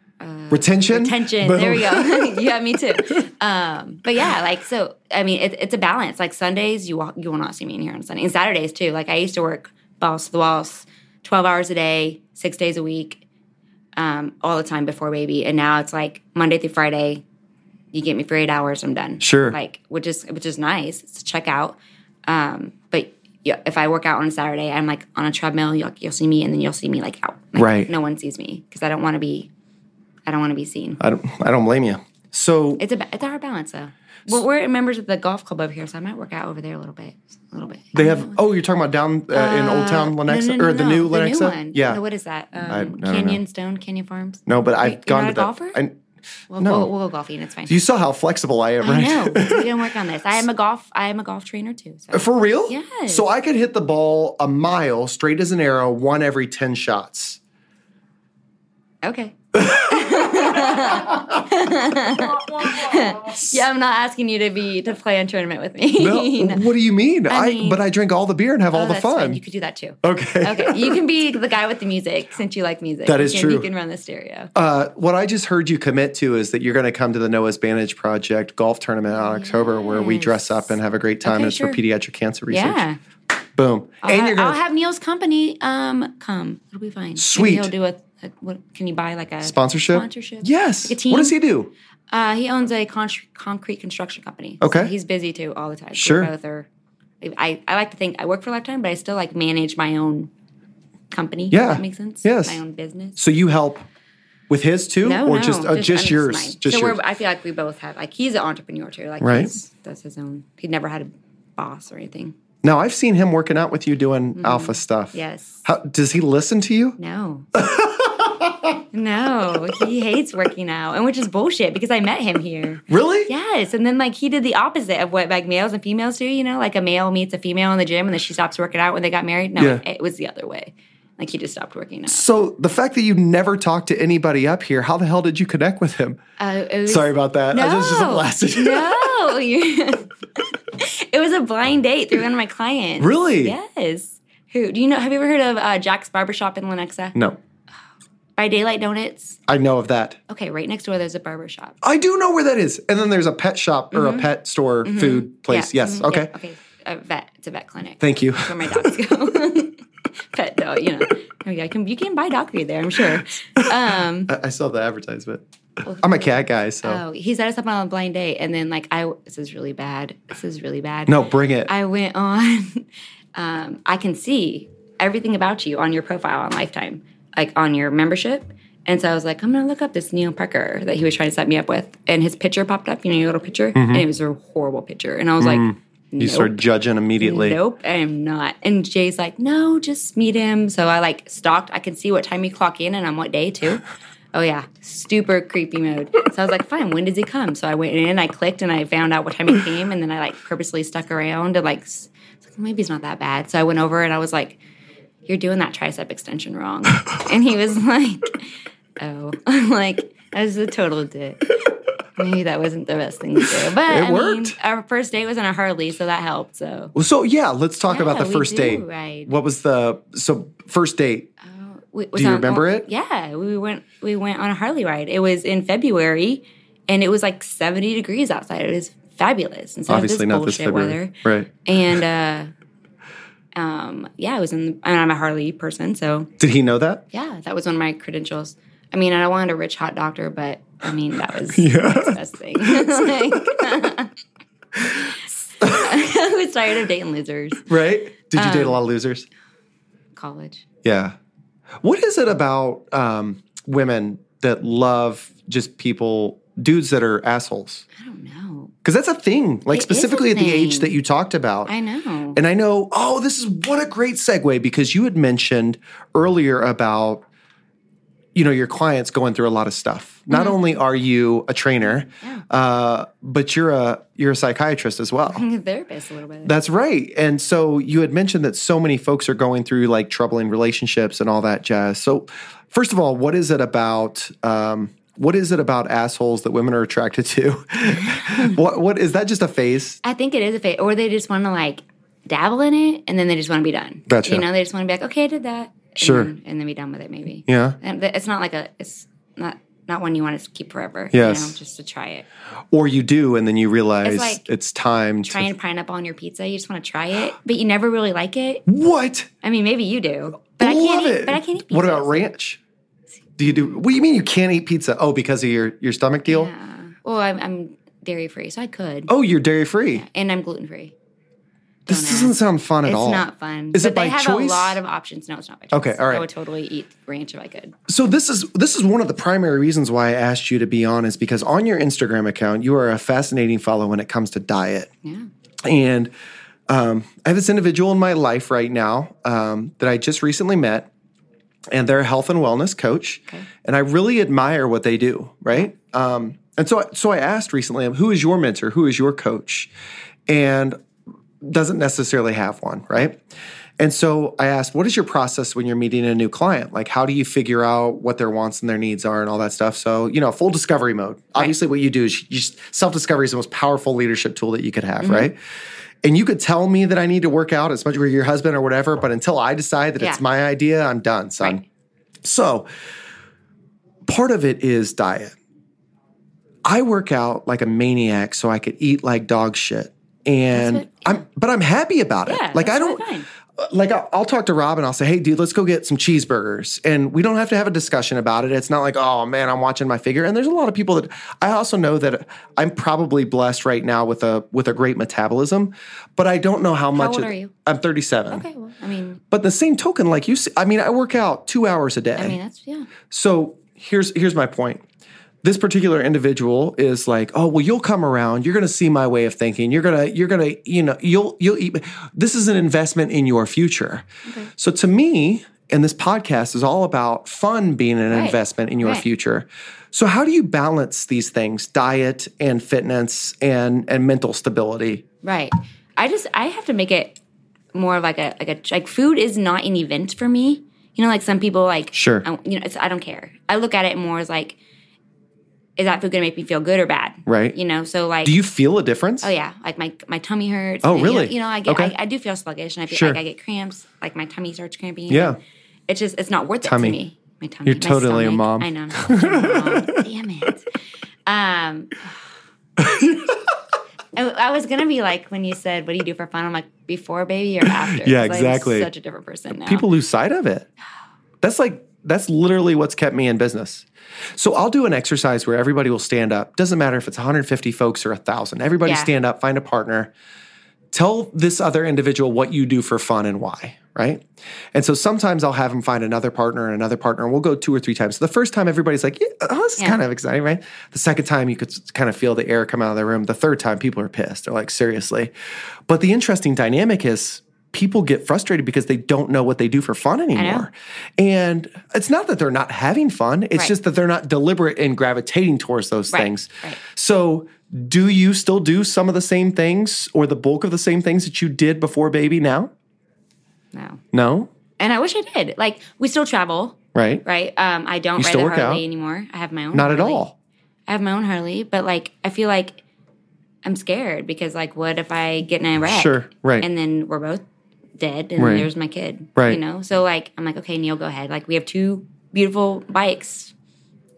[SPEAKER 1] retention,
[SPEAKER 2] Tension.
[SPEAKER 1] Boom.
[SPEAKER 2] Uh, There we go. yeah, me too. Um, but yeah, like so. I mean, it, it's a balance. Like Sundays, you will, you will not see me in here on Sunday. And Saturdays too. Like I used to work balls to the walls, twelve hours a day, six days a week, um, all the time before baby. And now it's like Monday through Friday. You get me for eight hours, I'm done.
[SPEAKER 1] Sure.
[SPEAKER 2] Like which is which is nice. It's a checkout. Um, but yeah, if I work out on a Saturday, I'm like on a treadmill. You'll, you'll see me, and then you'll see me like out. Like,
[SPEAKER 1] Right.
[SPEAKER 2] No one sees me because I don't want to be. I don't want to be seen.
[SPEAKER 1] I don't. I don't blame you. So
[SPEAKER 2] It's a ba- it's a hard balance though. Well, we're members of the golf club over here, so I might work out over there a little bit, a little bit.
[SPEAKER 1] they have. Oh, you're talking about down uh, in Old Town Lenexa
[SPEAKER 2] No, no, no,
[SPEAKER 1] or
[SPEAKER 2] no,
[SPEAKER 1] the
[SPEAKER 2] no.
[SPEAKER 1] new Lenexa?
[SPEAKER 2] one.
[SPEAKER 1] Yeah.
[SPEAKER 2] No, what is that? Um,
[SPEAKER 1] don't know.
[SPEAKER 2] Canyon Stone Canyon Farms.
[SPEAKER 1] no, but I've
[SPEAKER 2] you're
[SPEAKER 1] gone
[SPEAKER 2] not
[SPEAKER 1] to
[SPEAKER 2] a
[SPEAKER 1] the.
[SPEAKER 2] golfer?
[SPEAKER 1] I-
[SPEAKER 2] Well,
[SPEAKER 1] no.
[SPEAKER 2] we'll, we'll go golfing. It's fine.
[SPEAKER 1] you saw how flexible I am, right?
[SPEAKER 2] I know. we can work on this. I am a golf. I am a golf trainer too. So
[SPEAKER 1] For real?
[SPEAKER 2] Yes.
[SPEAKER 1] So I could hit the ball a mile straight as an arrow, one every 10 shots.
[SPEAKER 2] okay. yeah, I'm not asking you to be to play on tournament with me.
[SPEAKER 1] No,
[SPEAKER 2] No.
[SPEAKER 1] what do you mean? I,
[SPEAKER 2] mean-
[SPEAKER 1] but I drink all the beer and have all
[SPEAKER 2] Oh,
[SPEAKER 1] the
[SPEAKER 2] that's fine.
[SPEAKER 1] fun.
[SPEAKER 2] You could do that too.
[SPEAKER 1] okay.
[SPEAKER 2] Okay, you can be the guy with the music since you like music.
[SPEAKER 1] That
[SPEAKER 2] You
[SPEAKER 1] is
[SPEAKER 2] can-
[SPEAKER 1] true.
[SPEAKER 2] You can run the stereo.
[SPEAKER 1] Uh, what I just heard you commit to is that you're going to come to the Noah's Bandage Project golf tournament on October, where we dress up and have a great time.
[SPEAKER 2] Okay,
[SPEAKER 1] it's
[SPEAKER 2] sure.
[SPEAKER 1] for pediatric cancer research.
[SPEAKER 2] yeah,
[SPEAKER 1] Boom. and
[SPEAKER 2] I'll,
[SPEAKER 1] you're
[SPEAKER 2] I'll
[SPEAKER 1] going to
[SPEAKER 2] have Neil's company um come. It'll be fine. Maybe
[SPEAKER 1] Sweet.
[SPEAKER 2] he'll do a, a- what? Can you buy like a
[SPEAKER 1] sponsorship.
[SPEAKER 2] Sponsorship.
[SPEAKER 1] Yes.
[SPEAKER 2] Like a team.
[SPEAKER 1] What does he do?
[SPEAKER 2] Uh, he owns a con- concrete construction company.
[SPEAKER 1] Okay.
[SPEAKER 2] so he's busy too all the time. So
[SPEAKER 1] Sure.
[SPEAKER 2] both are. I, I like to think I work for Lifetime, but I still like manage my own company. if
[SPEAKER 1] Yeah.
[SPEAKER 2] that makes sense.
[SPEAKER 1] Yes.
[SPEAKER 2] my own business.
[SPEAKER 1] So you help with his too,
[SPEAKER 2] No,
[SPEAKER 1] or
[SPEAKER 2] no,
[SPEAKER 1] just uh, just,
[SPEAKER 2] I mean,
[SPEAKER 1] yours?
[SPEAKER 2] mine.
[SPEAKER 1] just
[SPEAKER 2] so
[SPEAKER 1] yours.
[SPEAKER 2] We're, I feel like we both have like he's an entrepreneur too. Like
[SPEAKER 1] Right.
[SPEAKER 2] he's, does his own. He never had a boss or anything.
[SPEAKER 1] Now I've seen him working out with you doing alpha stuff.
[SPEAKER 2] Mm-hmm. Yes.
[SPEAKER 1] How, does he listen to you?
[SPEAKER 2] No. no, he hates working out, and which is bullshit because I met him here.
[SPEAKER 1] Really?
[SPEAKER 2] Yes, and then like he did the opposite of what like males and females do. You know, like a male meets a female in the gym, and then she stops working out when they got married. No,
[SPEAKER 1] Yeah.
[SPEAKER 2] it was the other way. Like he just stopped working out.
[SPEAKER 1] So the fact that you never talked to anybody up here, how the hell did you connect with him?
[SPEAKER 2] Uh, it was-
[SPEAKER 1] Sorry about that. I just, just blasted you.
[SPEAKER 2] no, you- it was a blind date through one of my clients.
[SPEAKER 1] Really?
[SPEAKER 2] Yes. Who do you know? Have you ever heard of uh, Jack's Barbershop in Lenexa?
[SPEAKER 1] No,
[SPEAKER 2] By Daylight Donuts.
[SPEAKER 1] I know of that.
[SPEAKER 2] Okay, right next door there's a barbershop.
[SPEAKER 1] I do know where that is. And then there's a pet shop or a pet store food place.
[SPEAKER 2] Mm-hmm. Yeah.
[SPEAKER 1] Yes.
[SPEAKER 2] Mhm.
[SPEAKER 1] Okay.
[SPEAKER 2] Yeah. Okay. A vet. It's a vet clinic.
[SPEAKER 1] Thank you.
[SPEAKER 2] That's where my dogs go. Pet dog. You know. There you go. You can, you can buy dog food there. I'm sure. Um,
[SPEAKER 1] I, I saw the advertisement. I'm a cat guy, so
[SPEAKER 2] oh, he set us up on a blind date, and then like I this is really bad. This is really bad.
[SPEAKER 1] no, bring it.
[SPEAKER 2] I went on. Um, I can see everything about you on your profile on Lifetime, like on your membership. And so I was like, I'm gonna look up this Neil Parker
[SPEAKER 1] Mm-hmm.
[SPEAKER 2] that he was trying to set me up with, and his picture popped up. You know, your little picture, and it was a horrible picture. And I was like,
[SPEAKER 1] You start judging immediately.
[SPEAKER 2] Nope, I am not. And Jay's like, no, just meet him. So I like stalked. I can see what time you clock in and on what day too. Oh yeah, super creepy mode. So I was like, fine. When does he come? So I went in, I clicked, and I found out what time he came. And then I like purposely stuck around and like, s- I was like, maybe it's not that bad. So I went over and I was like, you're doing that tricep extension wrong. and he was like, oh, I'm like, I was a total dick. Maybe that wasn't the best thing to do, but
[SPEAKER 1] It
[SPEAKER 2] I mean,
[SPEAKER 1] worked.
[SPEAKER 2] our first date was in a Harley, so that helped. So
[SPEAKER 1] Well, So yeah, let's talk about
[SPEAKER 2] Yeah,
[SPEAKER 1] the
[SPEAKER 2] we
[SPEAKER 1] first
[SPEAKER 2] do
[SPEAKER 1] date.
[SPEAKER 2] ride.
[SPEAKER 1] What was the so first date?
[SPEAKER 2] We, was
[SPEAKER 1] Do you
[SPEAKER 2] on-
[SPEAKER 1] remember
[SPEAKER 2] on-
[SPEAKER 1] it?
[SPEAKER 2] Yeah, we went we went on a Harley ride. It was in February, and it was like seventy degrees outside. It was fabulous. Instead
[SPEAKER 1] Obviously
[SPEAKER 2] of Oh, this
[SPEAKER 1] not this
[SPEAKER 2] bullshit
[SPEAKER 1] February,
[SPEAKER 2] weather.
[SPEAKER 1] right?
[SPEAKER 2] And uh, um, yeah, I was in. And I'm a Harley person, so
[SPEAKER 1] Did he know that?
[SPEAKER 2] yeah, that was one of my credentials. I mean, I wanted a rich hot doctor, but I mean that was
[SPEAKER 1] Yeah.
[SPEAKER 2] the best thing. Like- I was tired of dating losers.
[SPEAKER 1] Right? Did you date
[SPEAKER 2] Um,
[SPEAKER 1] a lot of losers?
[SPEAKER 2] College.
[SPEAKER 1] Yeah. What is it about um, women that love just people, dudes that are assholes?
[SPEAKER 2] I don't know.
[SPEAKER 1] Because that's a thing. Like
[SPEAKER 2] It is a
[SPEAKER 1] specifically at the age
[SPEAKER 2] thing.
[SPEAKER 1] that you talked about.
[SPEAKER 2] I know.
[SPEAKER 1] And I know, oh, this is what a great segue because you had mentioned earlier about, you know, your clients going through a lot of stuff. Not only are you a trainer,
[SPEAKER 2] Mm-hmm. Yeah.
[SPEAKER 1] uh, but you're a you're a psychiatrist as well.
[SPEAKER 2] I'm a therapist a little bit.
[SPEAKER 1] That's right. And so you had mentioned that so many folks are going through like troubling relationships and all that jazz. So, first of all, what is it about? Um, what is it about assholes that women are attracted to? what what is that? Just a phase?
[SPEAKER 2] I think it is a fate, or they just want to like dabble in it and then they just want to be done.
[SPEAKER 1] Gotcha.
[SPEAKER 2] You know, they just want to be like, okay, I did that. and
[SPEAKER 1] Sure.
[SPEAKER 2] then- and then be done with it, maybe.
[SPEAKER 1] Yeah.
[SPEAKER 2] And th- it's not like a, it's not not one you want to keep forever.
[SPEAKER 1] Yes.
[SPEAKER 2] You know, just to try it.
[SPEAKER 1] Or you do, and then you realize it's,
[SPEAKER 2] like
[SPEAKER 1] time to.
[SPEAKER 2] Trying pineapple on your pizza, you just want to try it, but you never really like it.
[SPEAKER 1] what?
[SPEAKER 2] I mean, maybe you do, but I
[SPEAKER 1] Love
[SPEAKER 2] can't.
[SPEAKER 1] it.
[SPEAKER 2] Eat, but I can't eat pizza.
[SPEAKER 1] What about ranch? Do you do? What do you mean you can't eat pizza? Oh, because of your your stomach deal.
[SPEAKER 2] Yeah. Well, I'm, I'm dairy free, so I could,
[SPEAKER 1] Oh, you're dairy free.
[SPEAKER 2] and I'm gluten free.
[SPEAKER 1] This doesn't sound fun at
[SPEAKER 2] It's
[SPEAKER 1] all.
[SPEAKER 2] not fun.
[SPEAKER 1] Is
[SPEAKER 2] but
[SPEAKER 1] it
[SPEAKER 2] they
[SPEAKER 1] by
[SPEAKER 2] have
[SPEAKER 1] choice?
[SPEAKER 2] a lot of options. No, it's not by choice.
[SPEAKER 1] Okay, all right.
[SPEAKER 2] I would totally eat ranch if I could.
[SPEAKER 1] So this is this is one of the primary reasons why I asked you to be on is because on your Instagram account you are a fascinating follow when it comes to diet,
[SPEAKER 2] Yeah.
[SPEAKER 1] and um, I have this individual in my life right now um, that I just recently met, and they're a health and wellness coach, and I really admire what they do. Right, um, and so I- so I asked recently, who is your mentor? Who is your coach? And doesn't necessarily have one, right? And so I asked, what is your process when you're meeting a new client? Like, how do you figure out what their wants and their needs are and all that stuff? So, you know, full discovery mode. Obviously, what you do is you just self discovery is the most powerful leadership tool that you could have, right? And you could tell me that I need to work out as much with your husband or whatever, but until I decide that it's
[SPEAKER 2] Yeah.
[SPEAKER 1] my idea, I'm done, son. So, part of it is diet. I work out like a maniac so I could eat like dog shit. And
[SPEAKER 2] That's what-
[SPEAKER 1] I'm but I'm happy about it.
[SPEAKER 2] Yeah,
[SPEAKER 1] Uh, like I
[SPEAKER 2] that's
[SPEAKER 1] don't
[SPEAKER 2] totally fine.
[SPEAKER 1] like I'll, I'll talk to Rob and I'll say, "Hey dude, let's go get some cheeseburgers." And we don't have to have a discussion about it. It's not like, "Oh man, I'm watching my figure." And there's a lot of people that I also know that I'm probably blessed right now with a with a great metabolism, but I don't know how much
[SPEAKER 2] old
[SPEAKER 1] it-
[SPEAKER 2] are you?
[SPEAKER 1] I'm 37.
[SPEAKER 2] Okay. Well, I mean,
[SPEAKER 1] But the same token, like you, see, I mean, I work out two hours a day.
[SPEAKER 2] I mean, that's yeah.
[SPEAKER 1] So here's here's my point. This particular individual is like, oh well, you'll come around. You're going to see my way of thinking. You're gonna you're gonna you know you'll you'll eat. This is an investment in your future. So to me, and this podcast is all about fun being an
[SPEAKER 2] Right.
[SPEAKER 1] investment in your
[SPEAKER 2] Right.
[SPEAKER 1] future. So how do you balance these things, diet and fitness and and mental stability?
[SPEAKER 2] Right. I just I have to make it more of like a like a like food is not an event for me. You know, like some people like
[SPEAKER 1] Sure.
[SPEAKER 2] I, you know, it's, I don't care. I look at it more as like, is that food gonna make me feel good or bad?
[SPEAKER 1] Right.
[SPEAKER 2] You know, so like
[SPEAKER 1] Do you feel a difference?
[SPEAKER 2] Oh yeah, like my my tummy hurts.
[SPEAKER 1] Oh,
[SPEAKER 2] You know-
[SPEAKER 1] really?
[SPEAKER 2] You know, I get
[SPEAKER 1] Okay.
[SPEAKER 2] I, I do feel sluggish, and I feel
[SPEAKER 1] Sure.
[SPEAKER 2] like I get cramps. Like my tummy starts cramping.
[SPEAKER 1] Yeah.
[SPEAKER 2] it's just it's not worth
[SPEAKER 1] Tummy.
[SPEAKER 2] it to me. My tummy.
[SPEAKER 1] You're
[SPEAKER 2] my
[SPEAKER 1] totally a
[SPEAKER 2] stomach.
[SPEAKER 1] mom.
[SPEAKER 2] I know. I'm such a mom. Damn it. Um, I, I was gonna be like when you said, "What do you do for fun?" I'm like, "Before baby or after?"
[SPEAKER 1] Yeah,
[SPEAKER 2] 'Cause
[SPEAKER 1] exactly.
[SPEAKER 2] I'm such a different person now.
[SPEAKER 1] people lose sight of it. That's like that's literally what's kept me in business. So I'll do an exercise where everybody will stand up. Doesn't matter if it's 150 folks or 1000. Everybody
[SPEAKER 2] Yeah.
[SPEAKER 1] stand up, find a partner. Tell this other individual what you do for fun and why, right? And so sometimes I'll have him find another partner and another partner, and we'll go two or three times. So the first time everybody's like, "Yeah, oh, this is
[SPEAKER 2] Yeah.
[SPEAKER 1] kind of exciting, right?" The second time you could kind of feel the air come out of the room. The third time people are pissed. They're like, "Seriously." But the interesting dynamic is people get frustrated because they don't know what they do for fun anymore. And it's not that they're not having fun, it's
[SPEAKER 2] Right.
[SPEAKER 1] just that they're not deliberate in gravitating towards those
[SPEAKER 2] Right,
[SPEAKER 1] things.
[SPEAKER 2] right.
[SPEAKER 1] So, do you still do some of the same things or the bulk of the same things that you did before baby now?
[SPEAKER 2] No.
[SPEAKER 1] No?
[SPEAKER 2] And I wish I did. Like we still travel,
[SPEAKER 1] Right?
[SPEAKER 2] right? Um, I don't ride
[SPEAKER 1] still
[SPEAKER 2] a
[SPEAKER 1] work
[SPEAKER 2] Harley
[SPEAKER 1] out?
[SPEAKER 2] anymore. I have my own.
[SPEAKER 1] Not at
[SPEAKER 2] Harley.
[SPEAKER 1] all.
[SPEAKER 2] I have my own Harley, but like I feel like I'm scared because like what if I get in a wreck?
[SPEAKER 1] Sure, right.
[SPEAKER 2] And then we're both dead, and
[SPEAKER 1] Right.
[SPEAKER 2] there's my kid,
[SPEAKER 1] Right.
[SPEAKER 2] You know, so like I'm like, okay, Neil, go ahead. Like we have two beautiful bikes,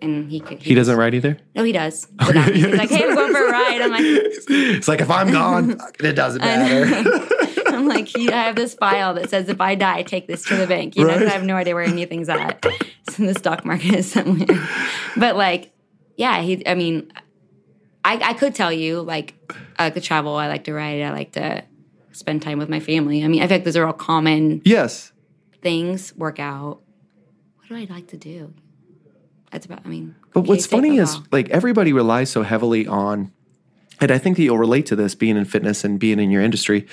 [SPEAKER 2] and he could,
[SPEAKER 1] He doesn't ride either?
[SPEAKER 2] No, he does. But not- he's like, hey, I'm going for a ride. I'm like,
[SPEAKER 1] It's like, if I'm gone, fuck it it doesn't matter.
[SPEAKER 2] I'm like, he, I have this file that says if I die, take this to the bank. You know, 'cause
[SPEAKER 1] Right.
[SPEAKER 2] I have no idea where anything's at. It's in the stock market is somewhere. But like, yeah, he. I mean, I, I could tell you like, I like to travel. I like to ride. I like to spend time with my family. I mean, I feel like those are all common
[SPEAKER 1] yes.
[SPEAKER 2] things. Work out. What do I like to do? That's about. I mean,
[SPEAKER 1] But what's
[SPEAKER 2] communicate
[SPEAKER 1] funny is
[SPEAKER 2] football.
[SPEAKER 1] like everybody relies so heavily on, and I think that you'll relate to this being in fitness and being in your industry.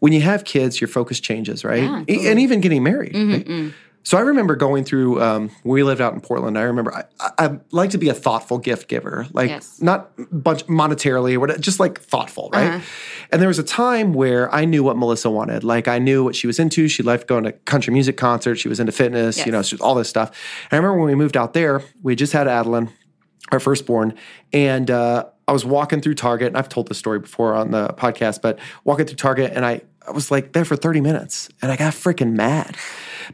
[SPEAKER 1] When you have kids, your focus changes, right?
[SPEAKER 2] Yeah,
[SPEAKER 1] E-
[SPEAKER 2] totally.
[SPEAKER 1] And even getting married. right? So I remember going through um, when we lived out in Portland. I remember I, I, I like to be a thoughtful gift giver, like
[SPEAKER 2] Yes.
[SPEAKER 1] not bunch monetarily or whatever, just like thoughtful, right?
[SPEAKER 2] Uh-huh.
[SPEAKER 1] And there was a time where I knew what Melissa wanted. Like I knew what she was into. She liked going to country music concerts. She was into fitness, you
[SPEAKER 2] Yes.
[SPEAKER 1] know, she, all this stuff. And I remember when we moved out there, we just had Adeline, our firstborn, and uh, I was walking through Target, and I've told this story before on the podcast, but walking through Target, and I I was like there for thirty minutes, and I got freaking mad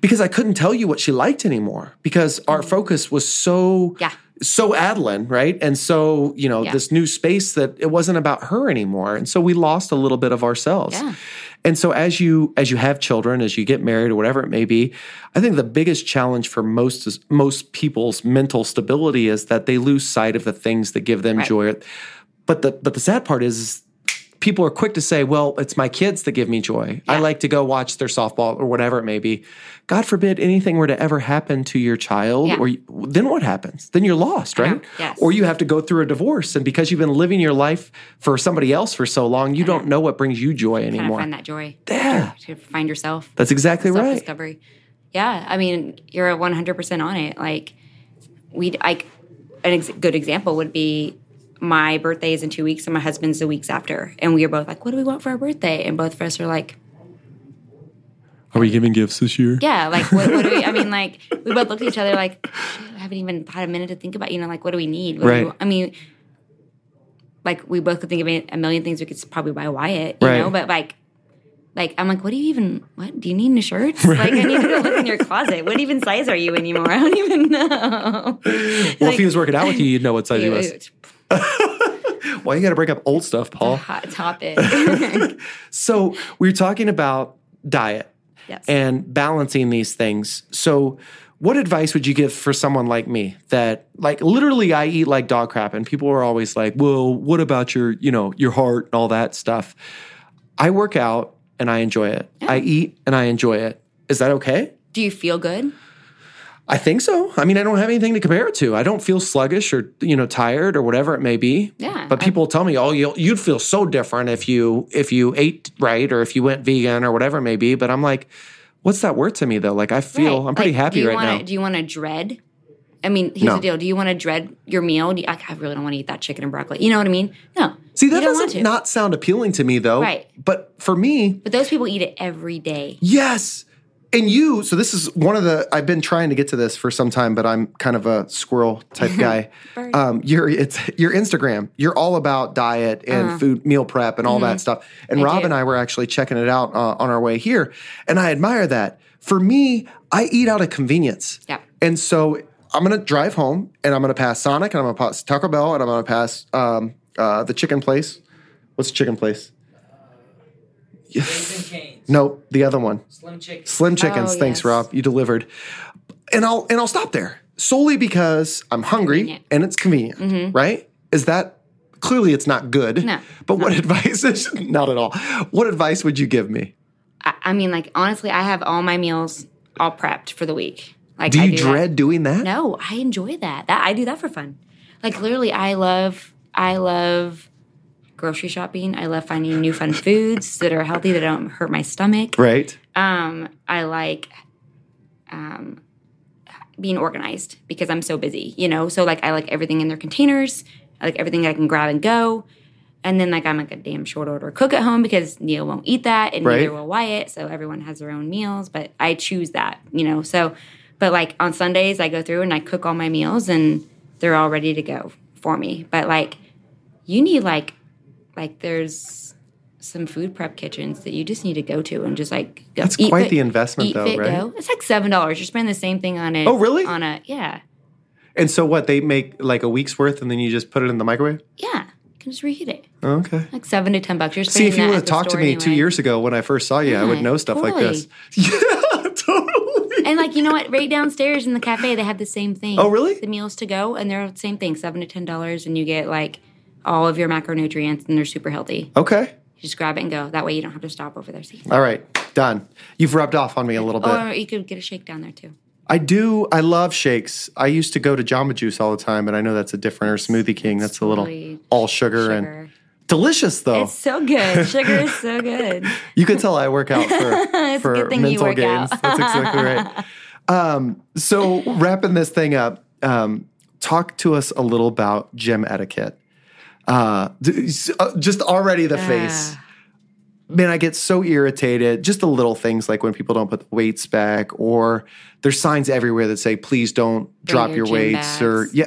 [SPEAKER 1] because I couldn't tell you what she liked anymore because our focus was so
[SPEAKER 2] Mm-hmm. Yeah.
[SPEAKER 1] so Adeline, right? And so, you know,
[SPEAKER 2] Yeah.
[SPEAKER 1] this new space that it wasn't about her anymore. And so we lost a little bit of ourselves.
[SPEAKER 2] Yeah.
[SPEAKER 1] And so as you as you have children, as you get married or whatever it may be, I think the biggest challenge for most is- most people's mental stability is that they lose sight of the things that give them
[SPEAKER 2] Right.
[SPEAKER 1] joy. But the but the sad part is is people are quick to say, well, it's my kids that give me joy. I
[SPEAKER 2] Yeah.
[SPEAKER 1] like to go watch their softball or whatever it may be. God forbid anything were to ever happen to your child,
[SPEAKER 2] Yeah.
[SPEAKER 1] or you, then what happens? Then you're lost,
[SPEAKER 2] know.
[SPEAKER 1] right?
[SPEAKER 2] Yes.
[SPEAKER 1] Or you have to go through a divorce. And because you've been living your life for somebody else for so long, you don't know what brings you joy
[SPEAKER 2] kind of
[SPEAKER 1] anymore.
[SPEAKER 2] find that joy.
[SPEAKER 1] Yeah.
[SPEAKER 2] To find yourself.
[SPEAKER 1] That's exactly
[SPEAKER 2] self
[SPEAKER 1] right.
[SPEAKER 2] discovery. Yeah, I mean, you're 100% on it. Like, we like an ex- good example would be my birthday is in two weeks and my husband's the weeks after, and we are both like, "What do we want for our birthday?" And both of us are like,
[SPEAKER 1] Are we giving gifts this year?
[SPEAKER 2] "Yeah, like what, what do we?" I mean, like we both looked at each other like, "Shit, "I haven't even had a minute to think about you know like what do we need?" What do we
[SPEAKER 1] Right.
[SPEAKER 2] want?" I mean, like we both could think of a million things we could probably buy Wyatt, you
[SPEAKER 1] Right.
[SPEAKER 2] know, but like. Like I'm like, what do you even? What do you need new shirts? Like I need to go look in your closet. What even size are you anymore? I don't even know.
[SPEAKER 1] Well, if
[SPEAKER 2] Like-
[SPEAKER 1] he was working out with you, you'd know what size he was.
[SPEAKER 2] Huge
[SPEAKER 1] Well, you got to bring up old stuff, Paul.
[SPEAKER 2] hot topic.
[SPEAKER 1] So we were talking about diet
[SPEAKER 2] yes.
[SPEAKER 1] and balancing these things. So, what advice would you give for someone like me that, like, literally, I eat like dog crap, and people are always like, "Well, what about your, you know, your heart and all that stuff?" I work out and I enjoy it. I eat and I enjoy it. Is that okay?
[SPEAKER 2] Do you feel good?
[SPEAKER 1] I think so. I mean, I don't have anything to compare it to. I don't feel sluggish or you know tired or whatever it may be.
[SPEAKER 2] Yeah,
[SPEAKER 1] But
[SPEAKER 2] I-
[SPEAKER 1] people tell me, oh, you'll, you'd feel so different if you if you ate right or if you went vegan or whatever it may be. But I'm like, what's that word to me though? Like I feel
[SPEAKER 2] Right.
[SPEAKER 1] I'm pretty
[SPEAKER 2] Like, do
[SPEAKER 1] happy
[SPEAKER 2] you
[SPEAKER 1] right
[SPEAKER 2] wanna,
[SPEAKER 1] now.
[SPEAKER 2] Do you want to dread? I mean, here's
[SPEAKER 1] No.
[SPEAKER 2] the deal. Do you want to dread your meal? Do you, I, I really don't want to eat that chicken and broccoli. You know what I mean? No.
[SPEAKER 1] See,
[SPEAKER 2] You
[SPEAKER 1] that
[SPEAKER 2] don't want
[SPEAKER 1] doesn't
[SPEAKER 2] to.
[SPEAKER 1] not sound appealing to me though.
[SPEAKER 2] Right.
[SPEAKER 1] But for me,
[SPEAKER 2] But those people eat it every day.
[SPEAKER 1] yes. And you, so this is one of the I've been trying to get to this for some time, but I'm kind of a squirrel type guy.
[SPEAKER 2] Bird.
[SPEAKER 1] um, your it's your Instagram. You're all about diet and food meal prep and all that stuff. And Rob
[SPEAKER 2] Uh-huh. Mm-hmm. do.
[SPEAKER 1] and I were actually checking it out uh, on our way here, and I admire that. For me, I eat out of convenience.
[SPEAKER 2] Yep.
[SPEAKER 1] And so I'm gonna drive home, and I'm gonna pass Sonic, and I'm gonna pass Taco Bell, and I'm gonna pass um, uh, the chicken place. What's the chicken place?
[SPEAKER 3] Raising Cane's.
[SPEAKER 1] Nope, the other one.
[SPEAKER 3] Slim Chicken.
[SPEAKER 1] Slim Chickens.
[SPEAKER 2] Oh,
[SPEAKER 1] Thanks,
[SPEAKER 2] yes.
[SPEAKER 1] Rob. You delivered. And I'll and I'll stop there solely because I'm hungry
[SPEAKER 2] Convenient. Mm-hmm.
[SPEAKER 1] and it's convenient, right? Is that clearly it's not good?
[SPEAKER 2] No,
[SPEAKER 1] But what advice is not at all? What advice would you give me?
[SPEAKER 2] I, I mean, like honestly, I have all my meals all prepped for the week. Like,
[SPEAKER 1] Do
[SPEAKER 2] I
[SPEAKER 1] you
[SPEAKER 2] that.
[SPEAKER 1] dread doing that?
[SPEAKER 2] No, I enjoy that. That I do that for fun. Like literally, I love I love grocery shopping. I love finding new fun foods that are healthy that don't hurt my stomach.
[SPEAKER 1] Right.
[SPEAKER 2] Um, I like um, being organized because I'm so busy, you know. So like I like everything in their containers. I like everything I can grab and go. And then like I'm like a damn short order cook at home because Neil won't eat that and
[SPEAKER 1] Right.
[SPEAKER 2] neither will Wyatt. So everyone has their own meals, but I choose that, you know. So but like on Sundays I go through and I cook all my meals and they're all ready to go for me. But like you need like like there's some food prep kitchens that you just need to go to and just like go
[SPEAKER 1] That's
[SPEAKER 2] eat
[SPEAKER 1] quite
[SPEAKER 2] fit-
[SPEAKER 1] the investment,
[SPEAKER 2] eat
[SPEAKER 1] though,
[SPEAKER 2] fit
[SPEAKER 1] right?
[SPEAKER 2] go. It's like seven dollars. You're spending the same thing on it.
[SPEAKER 1] Oh, really?
[SPEAKER 2] On a yeah,
[SPEAKER 1] And so what? They make like a week's worth, and then you just put it in the microwave.
[SPEAKER 2] yeah. You can just reheat it.
[SPEAKER 1] Okay.
[SPEAKER 2] Like seven to ten bucks. You're spending
[SPEAKER 1] See, if you
[SPEAKER 2] that
[SPEAKER 1] would
[SPEAKER 2] at
[SPEAKER 1] have
[SPEAKER 2] the
[SPEAKER 1] talked to
[SPEAKER 2] store
[SPEAKER 1] me two
[SPEAKER 2] anyway. Mm-hmm.
[SPEAKER 1] years ago when I first saw you, I would
[SPEAKER 2] Yeah,
[SPEAKER 1] know stuff like this. Yeah, totally.
[SPEAKER 2] And like you know what, right downstairs in the cafe, they have the same thing.
[SPEAKER 1] Oh, really?
[SPEAKER 2] The meals to go, and they're the same thing, seven to ten dollars, and you get like all of your macronutrients, and they're super healthy.
[SPEAKER 1] Okay.
[SPEAKER 2] You just grab it and go. That way, you don't have to stop over there. See?
[SPEAKER 1] All right. Done. You've rubbed off on me a little bit.
[SPEAKER 2] Or you could get a shake down there too.
[SPEAKER 1] I do. I love shakes. I used to go to Jamba Juice all the time, but I know that's a different or Smoothie King. That's a little
[SPEAKER 2] totally
[SPEAKER 1] all sugar, and
[SPEAKER 2] Sugar.
[SPEAKER 1] delicious though.
[SPEAKER 2] It's so good. Sugar is so good.
[SPEAKER 1] you can tell I work out for
[SPEAKER 2] a
[SPEAKER 1] for
[SPEAKER 2] good thing you
[SPEAKER 1] mental
[SPEAKER 2] work
[SPEAKER 1] gains.
[SPEAKER 2] out.
[SPEAKER 1] That's exactly right. Um, so wrapping this thing up, um, talk to us a little about gym etiquette. Uh, d- s- uh, just already the face.
[SPEAKER 2] Ah.
[SPEAKER 1] Man, I get so irritated. Just the little things like when people don't put the weights back, or there's signs everywhere that say, please don't drop
[SPEAKER 2] your
[SPEAKER 1] your,
[SPEAKER 2] gym
[SPEAKER 1] weights. Or,
[SPEAKER 2] bags.
[SPEAKER 1] yeah.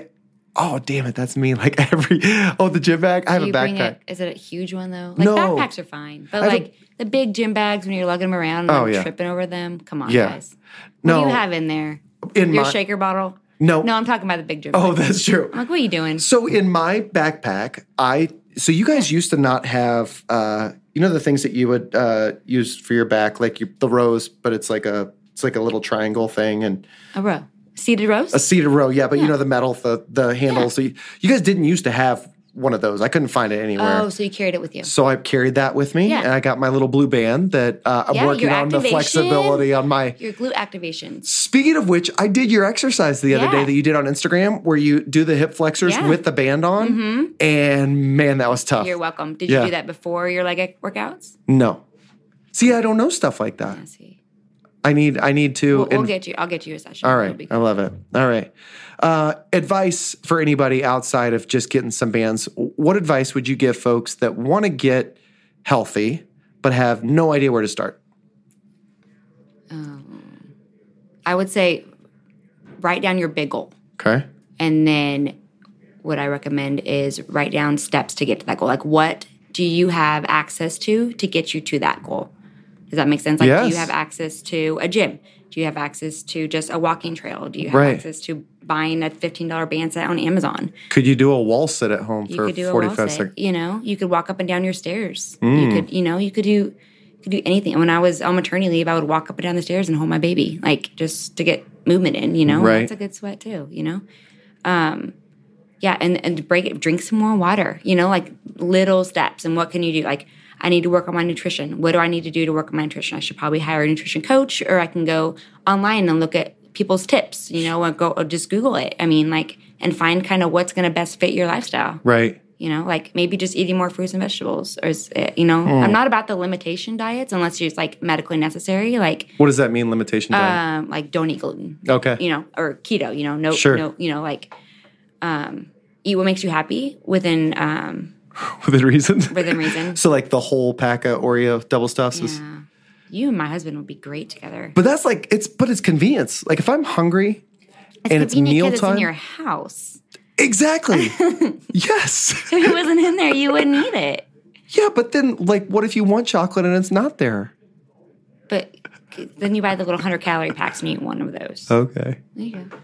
[SPEAKER 1] Oh, damn it. That's me. Like every, oh, the gym bag. I have
[SPEAKER 2] Do
[SPEAKER 1] a
[SPEAKER 2] you bring
[SPEAKER 1] backpack.
[SPEAKER 2] it? Is it a huge one though? Like
[SPEAKER 1] No.
[SPEAKER 2] backpacks are fine, but
[SPEAKER 1] I have a-
[SPEAKER 2] like the big gym bags when you're lugging them around and
[SPEAKER 1] Oh,
[SPEAKER 2] like,
[SPEAKER 1] yeah.
[SPEAKER 2] tripping over them. Come on,
[SPEAKER 1] Yeah.
[SPEAKER 2] guys. What
[SPEAKER 1] no.
[SPEAKER 2] do you have in there?
[SPEAKER 1] in
[SPEAKER 2] Your
[SPEAKER 1] my,
[SPEAKER 2] shaker bottle?
[SPEAKER 1] no.
[SPEAKER 2] No, I'm talking about the big gym.
[SPEAKER 1] Oh,
[SPEAKER 2] bag.
[SPEAKER 1] that's true.
[SPEAKER 2] I'm like, what are you doing?
[SPEAKER 1] So in my backpack, I so you guys used to not have uh you know the things that you would uh use for your back like your, the rows, but it's like a it's like a little triangle thing and
[SPEAKER 2] A row, seated rows.
[SPEAKER 1] a seated row, yeah, but you
[SPEAKER 2] Yeah.
[SPEAKER 1] know the metal the the handle. So you, you guys didn't used to have one of those. I couldn't find it anywhere.
[SPEAKER 2] oh, so you carried it with you?
[SPEAKER 1] So I carried that with me,
[SPEAKER 2] Yeah.
[SPEAKER 1] and I got my little blue band that uh, I'm
[SPEAKER 2] Yeah,
[SPEAKER 1] working
[SPEAKER 2] your
[SPEAKER 1] on the
[SPEAKER 2] activation.
[SPEAKER 1] flexibility on my.
[SPEAKER 2] Your glute activations.
[SPEAKER 1] Speaking of which, I did your exercise the other
[SPEAKER 2] Yeah.
[SPEAKER 1] day that you did on Instagram, where you do the hip flexors
[SPEAKER 2] Yeah. Mm-hmm.
[SPEAKER 1] with the band on, and man, that was tough.
[SPEAKER 2] You're welcome. Did
[SPEAKER 1] Yeah.
[SPEAKER 2] you do that before your leg ac- workouts?
[SPEAKER 1] No. See, I don't know stuff like that.
[SPEAKER 2] I see.
[SPEAKER 1] I need I need to
[SPEAKER 2] We'll, we'll
[SPEAKER 1] and-
[SPEAKER 2] get you. I'll get you a session.
[SPEAKER 1] All
[SPEAKER 2] It'll
[SPEAKER 1] right.
[SPEAKER 2] be
[SPEAKER 1] I
[SPEAKER 2] good.
[SPEAKER 1] love it. All right. Uh, advice for anybody outside of just getting some bands. What advice would you give folks that want to get healthy but have no idea where to start?
[SPEAKER 2] Um, I would say write down your big goal.
[SPEAKER 1] Okay.
[SPEAKER 2] And then what I recommend is write down steps to get to that goal. Like, what do you have access to to get you to that goal? Does that make sense? Like, do
[SPEAKER 1] Yes.
[SPEAKER 2] you have access to a gym? Do you have access to just a walking trail? Do you have
[SPEAKER 1] Right.
[SPEAKER 2] access to buying a $15 band set on Amazon?
[SPEAKER 1] Could you do a wall sit at home
[SPEAKER 2] You
[SPEAKER 1] for
[SPEAKER 2] could do a wall
[SPEAKER 1] 45
[SPEAKER 2] set.
[SPEAKER 1] seconds?
[SPEAKER 2] You know, you could walk up and down your stairs.
[SPEAKER 1] Hmm.
[SPEAKER 2] You could, you know, you could do you could do anything. When I was on maternity leave, I would walk up and down the stairs and hold my baby, like just to get movement in. You know,
[SPEAKER 1] Right.
[SPEAKER 2] that's a good sweat too. You know, um, yeah, and and break it, drink some more water. You know, like little steps. And what can you do? Like, I need to work on my nutrition. What do I need to do to work on my nutrition? I should probably hire a nutrition coach, or I can go online and look at people's tips. You know, or go or just Google it. I mean, like, and find kind of what's going to best fit your lifestyle
[SPEAKER 1] Right.
[SPEAKER 2] you know like maybe just eating more fruits and vegetables or is it, you know
[SPEAKER 1] Hmm.
[SPEAKER 2] i'm not about the limitation diets unless it's like medically necessary like
[SPEAKER 1] What does that mean, limitation diet?
[SPEAKER 2] um like don't eat gluten
[SPEAKER 1] okay.
[SPEAKER 2] Uh, you know or keto you know no
[SPEAKER 1] Oh. Sure.
[SPEAKER 2] no you know like um eat what makes you happy within um
[SPEAKER 1] Within reason.
[SPEAKER 2] within reason
[SPEAKER 1] so, like the whole pack of Oreo double stuffs is.
[SPEAKER 2] yeah. you and my husband would be great together
[SPEAKER 1] But that's like, it's, but it's convenience. Like if I'm hungry and it's
[SPEAKER 2] Convenient 'cause
[SPEAKER 1] mealtime.
[SPEAKER 2] it's in your house
[SPEAKER 1] Exactly. yes.
[SPEAKER 2] if it wasn't in there you wouldn't eat it
[SPEAKER 1] Yeah, but then like what if you want chocolate and it's not there?
[SPEAKER 2] but then you buy the little 100 calorie packs and you eat one of those
[SPEAKER 1] Okay.
[SPEAKER 2] there you go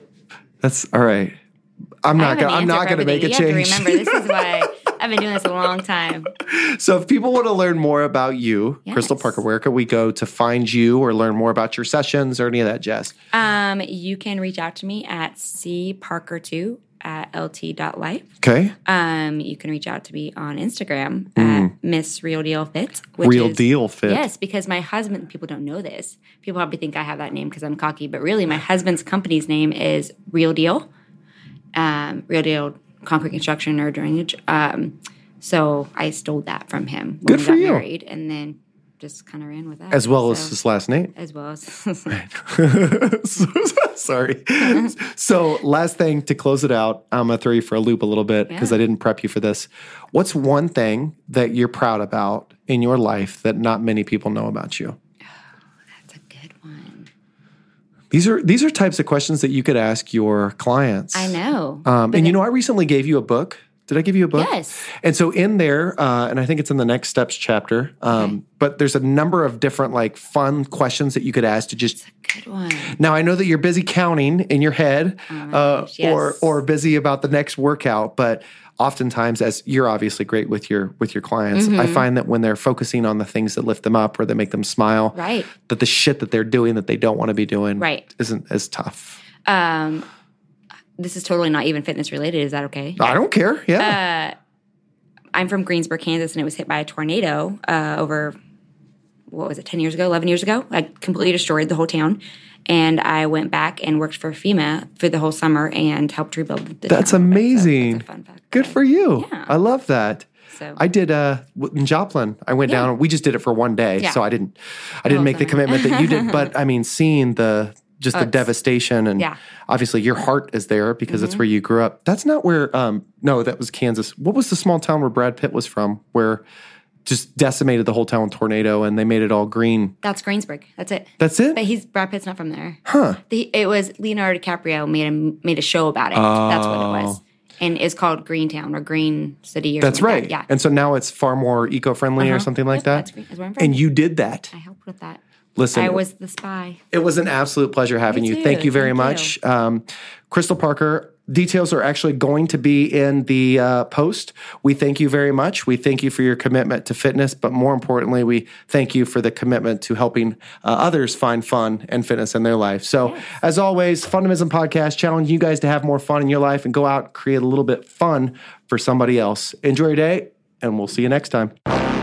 [SPEAKER 1] That's all right. I'm
[SPEAKER 2] I
[SPEAKER 1] not
[SPEAKER 2] have an
[SPEAKER 1] gonna I'm
[SPEAKER 2] answer
[SPEAKER 1] not
[SPEAKER 2] for
[SPEAKER 1] gonna make a
[SPEAKER 2] everything. You
[SPEAKER 1] change.
[SPEAKER 2] have to remember, this is why I've been doing this a long time.
[SPEAKER 1] so if people want to learn more about you, Crystal
[SPEAKER 2] Yes.
[SPEAKER 1] Parker, where can we go to find you or learn more about your sessions or any of that jazz?
[SPEAKER 2] Um, you can reach out to me at cparker2 uh, at lt.life.
[SPEAKER 1] Okay.
[SPEAKER 2] Um, you can reach out to me on Instagram at Miss Real Deal Fits. Which
[SPEAKER 1] Mm. Real
[SPEAKER 2] is-
[SPEAKER 1] deal fit.
[SPEAKER 2] Yes, because my husband, people don't know this. People probably think I have that name because I'm cocky, but really, my husband's company's name is Real Deal, um, Real Deal Concrete Construction or Drainage. Um, so I stole that from him. When
[SPEAKER 1] Good
[SPEAKER 2] we
[SPEAKER 1] for
[SPEAKER 2] got
[SPEAKER 1] you.
[SPEAKER 2] Married, and then just kind of ran with that.
[SPEAKER 1] As well as
[SPEAKER 2] So-
[SPEAKER 1] his last name.
[SPEAKER 2] as well as
[SPEAKER 1] Sorry. so, last thing to close it out, I'm gonna throw you for a loop a little bit because
[SPEAKER 2] Yeah.
[SPEAKER 1] I didn't prep you for this. What's one thing that you're proud about in your life that not many people know about you?
[SPEAKER 2] that's a good one.
[SPEAKER 1] These are these are types of questions that you could ask your clients.
[SPEAKER 2] I know.
[SPEAKER 1] Um, and you know, I recently gave you a book. Did I give you a book?
[SPEAKER 2] Yes.
[SPEAKER 1] And so in there, uh, and I think it's in the next steps chapter. Um, But there's a number of different like fun questions that you could ask to just
[SPEAKER 2] Good one.
[SPEAKER 1] Now I know that you're busy counting in your head, uh,
[SPEAKER 2] Oh gosh, yes.
[SPEAKER 1] or or busy about the next workout, but oftentimes as you're obviously great with your with your clients i
[SPEAKER 2] Mm-hmm.
[SPEAKER 1] find that when they're focusing on the things that lift them up or that make them smile
[SPEAKER 2] Right.
[SPEAKER 1] that the shit that they're doing that they don't want to be doing
[SPEAKER 2] Right.
[SPEAKER 1] isn't as tough
[SPEAKER 2] Um, this is totally not even fitness related. Is that okay?
[SPEAKER 1] i don't care
[SPEAKER 2] Uh,
[SPEAKER 1] yeah
[SPEAKER 2] I'm from Greensburg, Kansas, and it was hit by a tornado uh, over what was it, ten years ago, eleven years ago? I completely destroyed the whole town, and I went back and worked for FEMA for the whole summer and helped rebuild. The
[SPEAKER 1] that's
[SPEAKER 2] town.
[SPEAKER 1] amazing
[SPEAKER 2] That's a fun fact.
[SPEAKER 1] good for you
[SPEAKER 2] Yeah.
[SPEAKER 1] i love that
[SPEAKER 2] So-
[SPEAKER 1] I did uh w- in Joplin. I went
[SPEAKER 2] Yeah.
[SPEAKER 1] down. We just did it for one day,
[SPEAKER 2] Yeah.
[SPEAKER 1] so I didn't I didn't
[SPEAKER 2] Oh,
[SPEAKER 1] make the
[SPEAKER 2] bummer.
[SPEAKER 1] commitment that you did, but I mean seeing the just the devastation and
[SPEAKER 2] Oh, yeah. Mm-hmm.
[SPEAKER 1] obviously your heart is there because that's where you grew up. That's not where um no, that was Kansas. What was the small town where Brad Pitt was from where just decimated the whole town with tornado and they made it all green.
[SPEAKER 2] That's Greensburg. That's it.
[SPEAKER 1] That's it?
[SPEAKER 2] But he's Brad Pitt's not from there. Huh? The, it was Leonardo DiCaprio made a made a show about it. That's what
[SPEAKER 1] Oh.
[SPEAKER 2] it was, and it's called Greentown or Green City. Or
[SPEAKER 1] That's
[SPEAKER 2] something like
[SPEAKER 1] right.
[SPEAKER 2] that. Yeah. Uh-huh.
[SPEAKER 1] And so now it's far more eco-friendly or something like
[SPEAKER 2] Yep,
[SPEAKER 1] that.
[SPEAKER 2] That's green. That's where I'm from.
[SPEAKER 1] And you did that.
[SPEAKER 2] I helped with that.
[SPEAKER 1] Listen,
[SPEAKER 2] I was the spy.
[SPEAKER 1] It was an absolute pleasure having
[SPEAKER 2] Me
[SPEAKER 1] you.
[SPEAKER 2] too.
[SPEAKER 1] Thank you very
[SPEAKER 2] Thank
[SPEAKER 1] much. Um, Crystal Parker, details are actually going to be in the uh, post. We thank you very much. We thank you for your commitment to fitness, but more importantly, we thank you for the commitment to helping uh, others find fun and fitness in their life. So, as always, Fundamentalism Podcast challenge you guys to have more fun in your life and go out and create a little bit fun for somebody else. Enjoy your day, and we'll see you next time.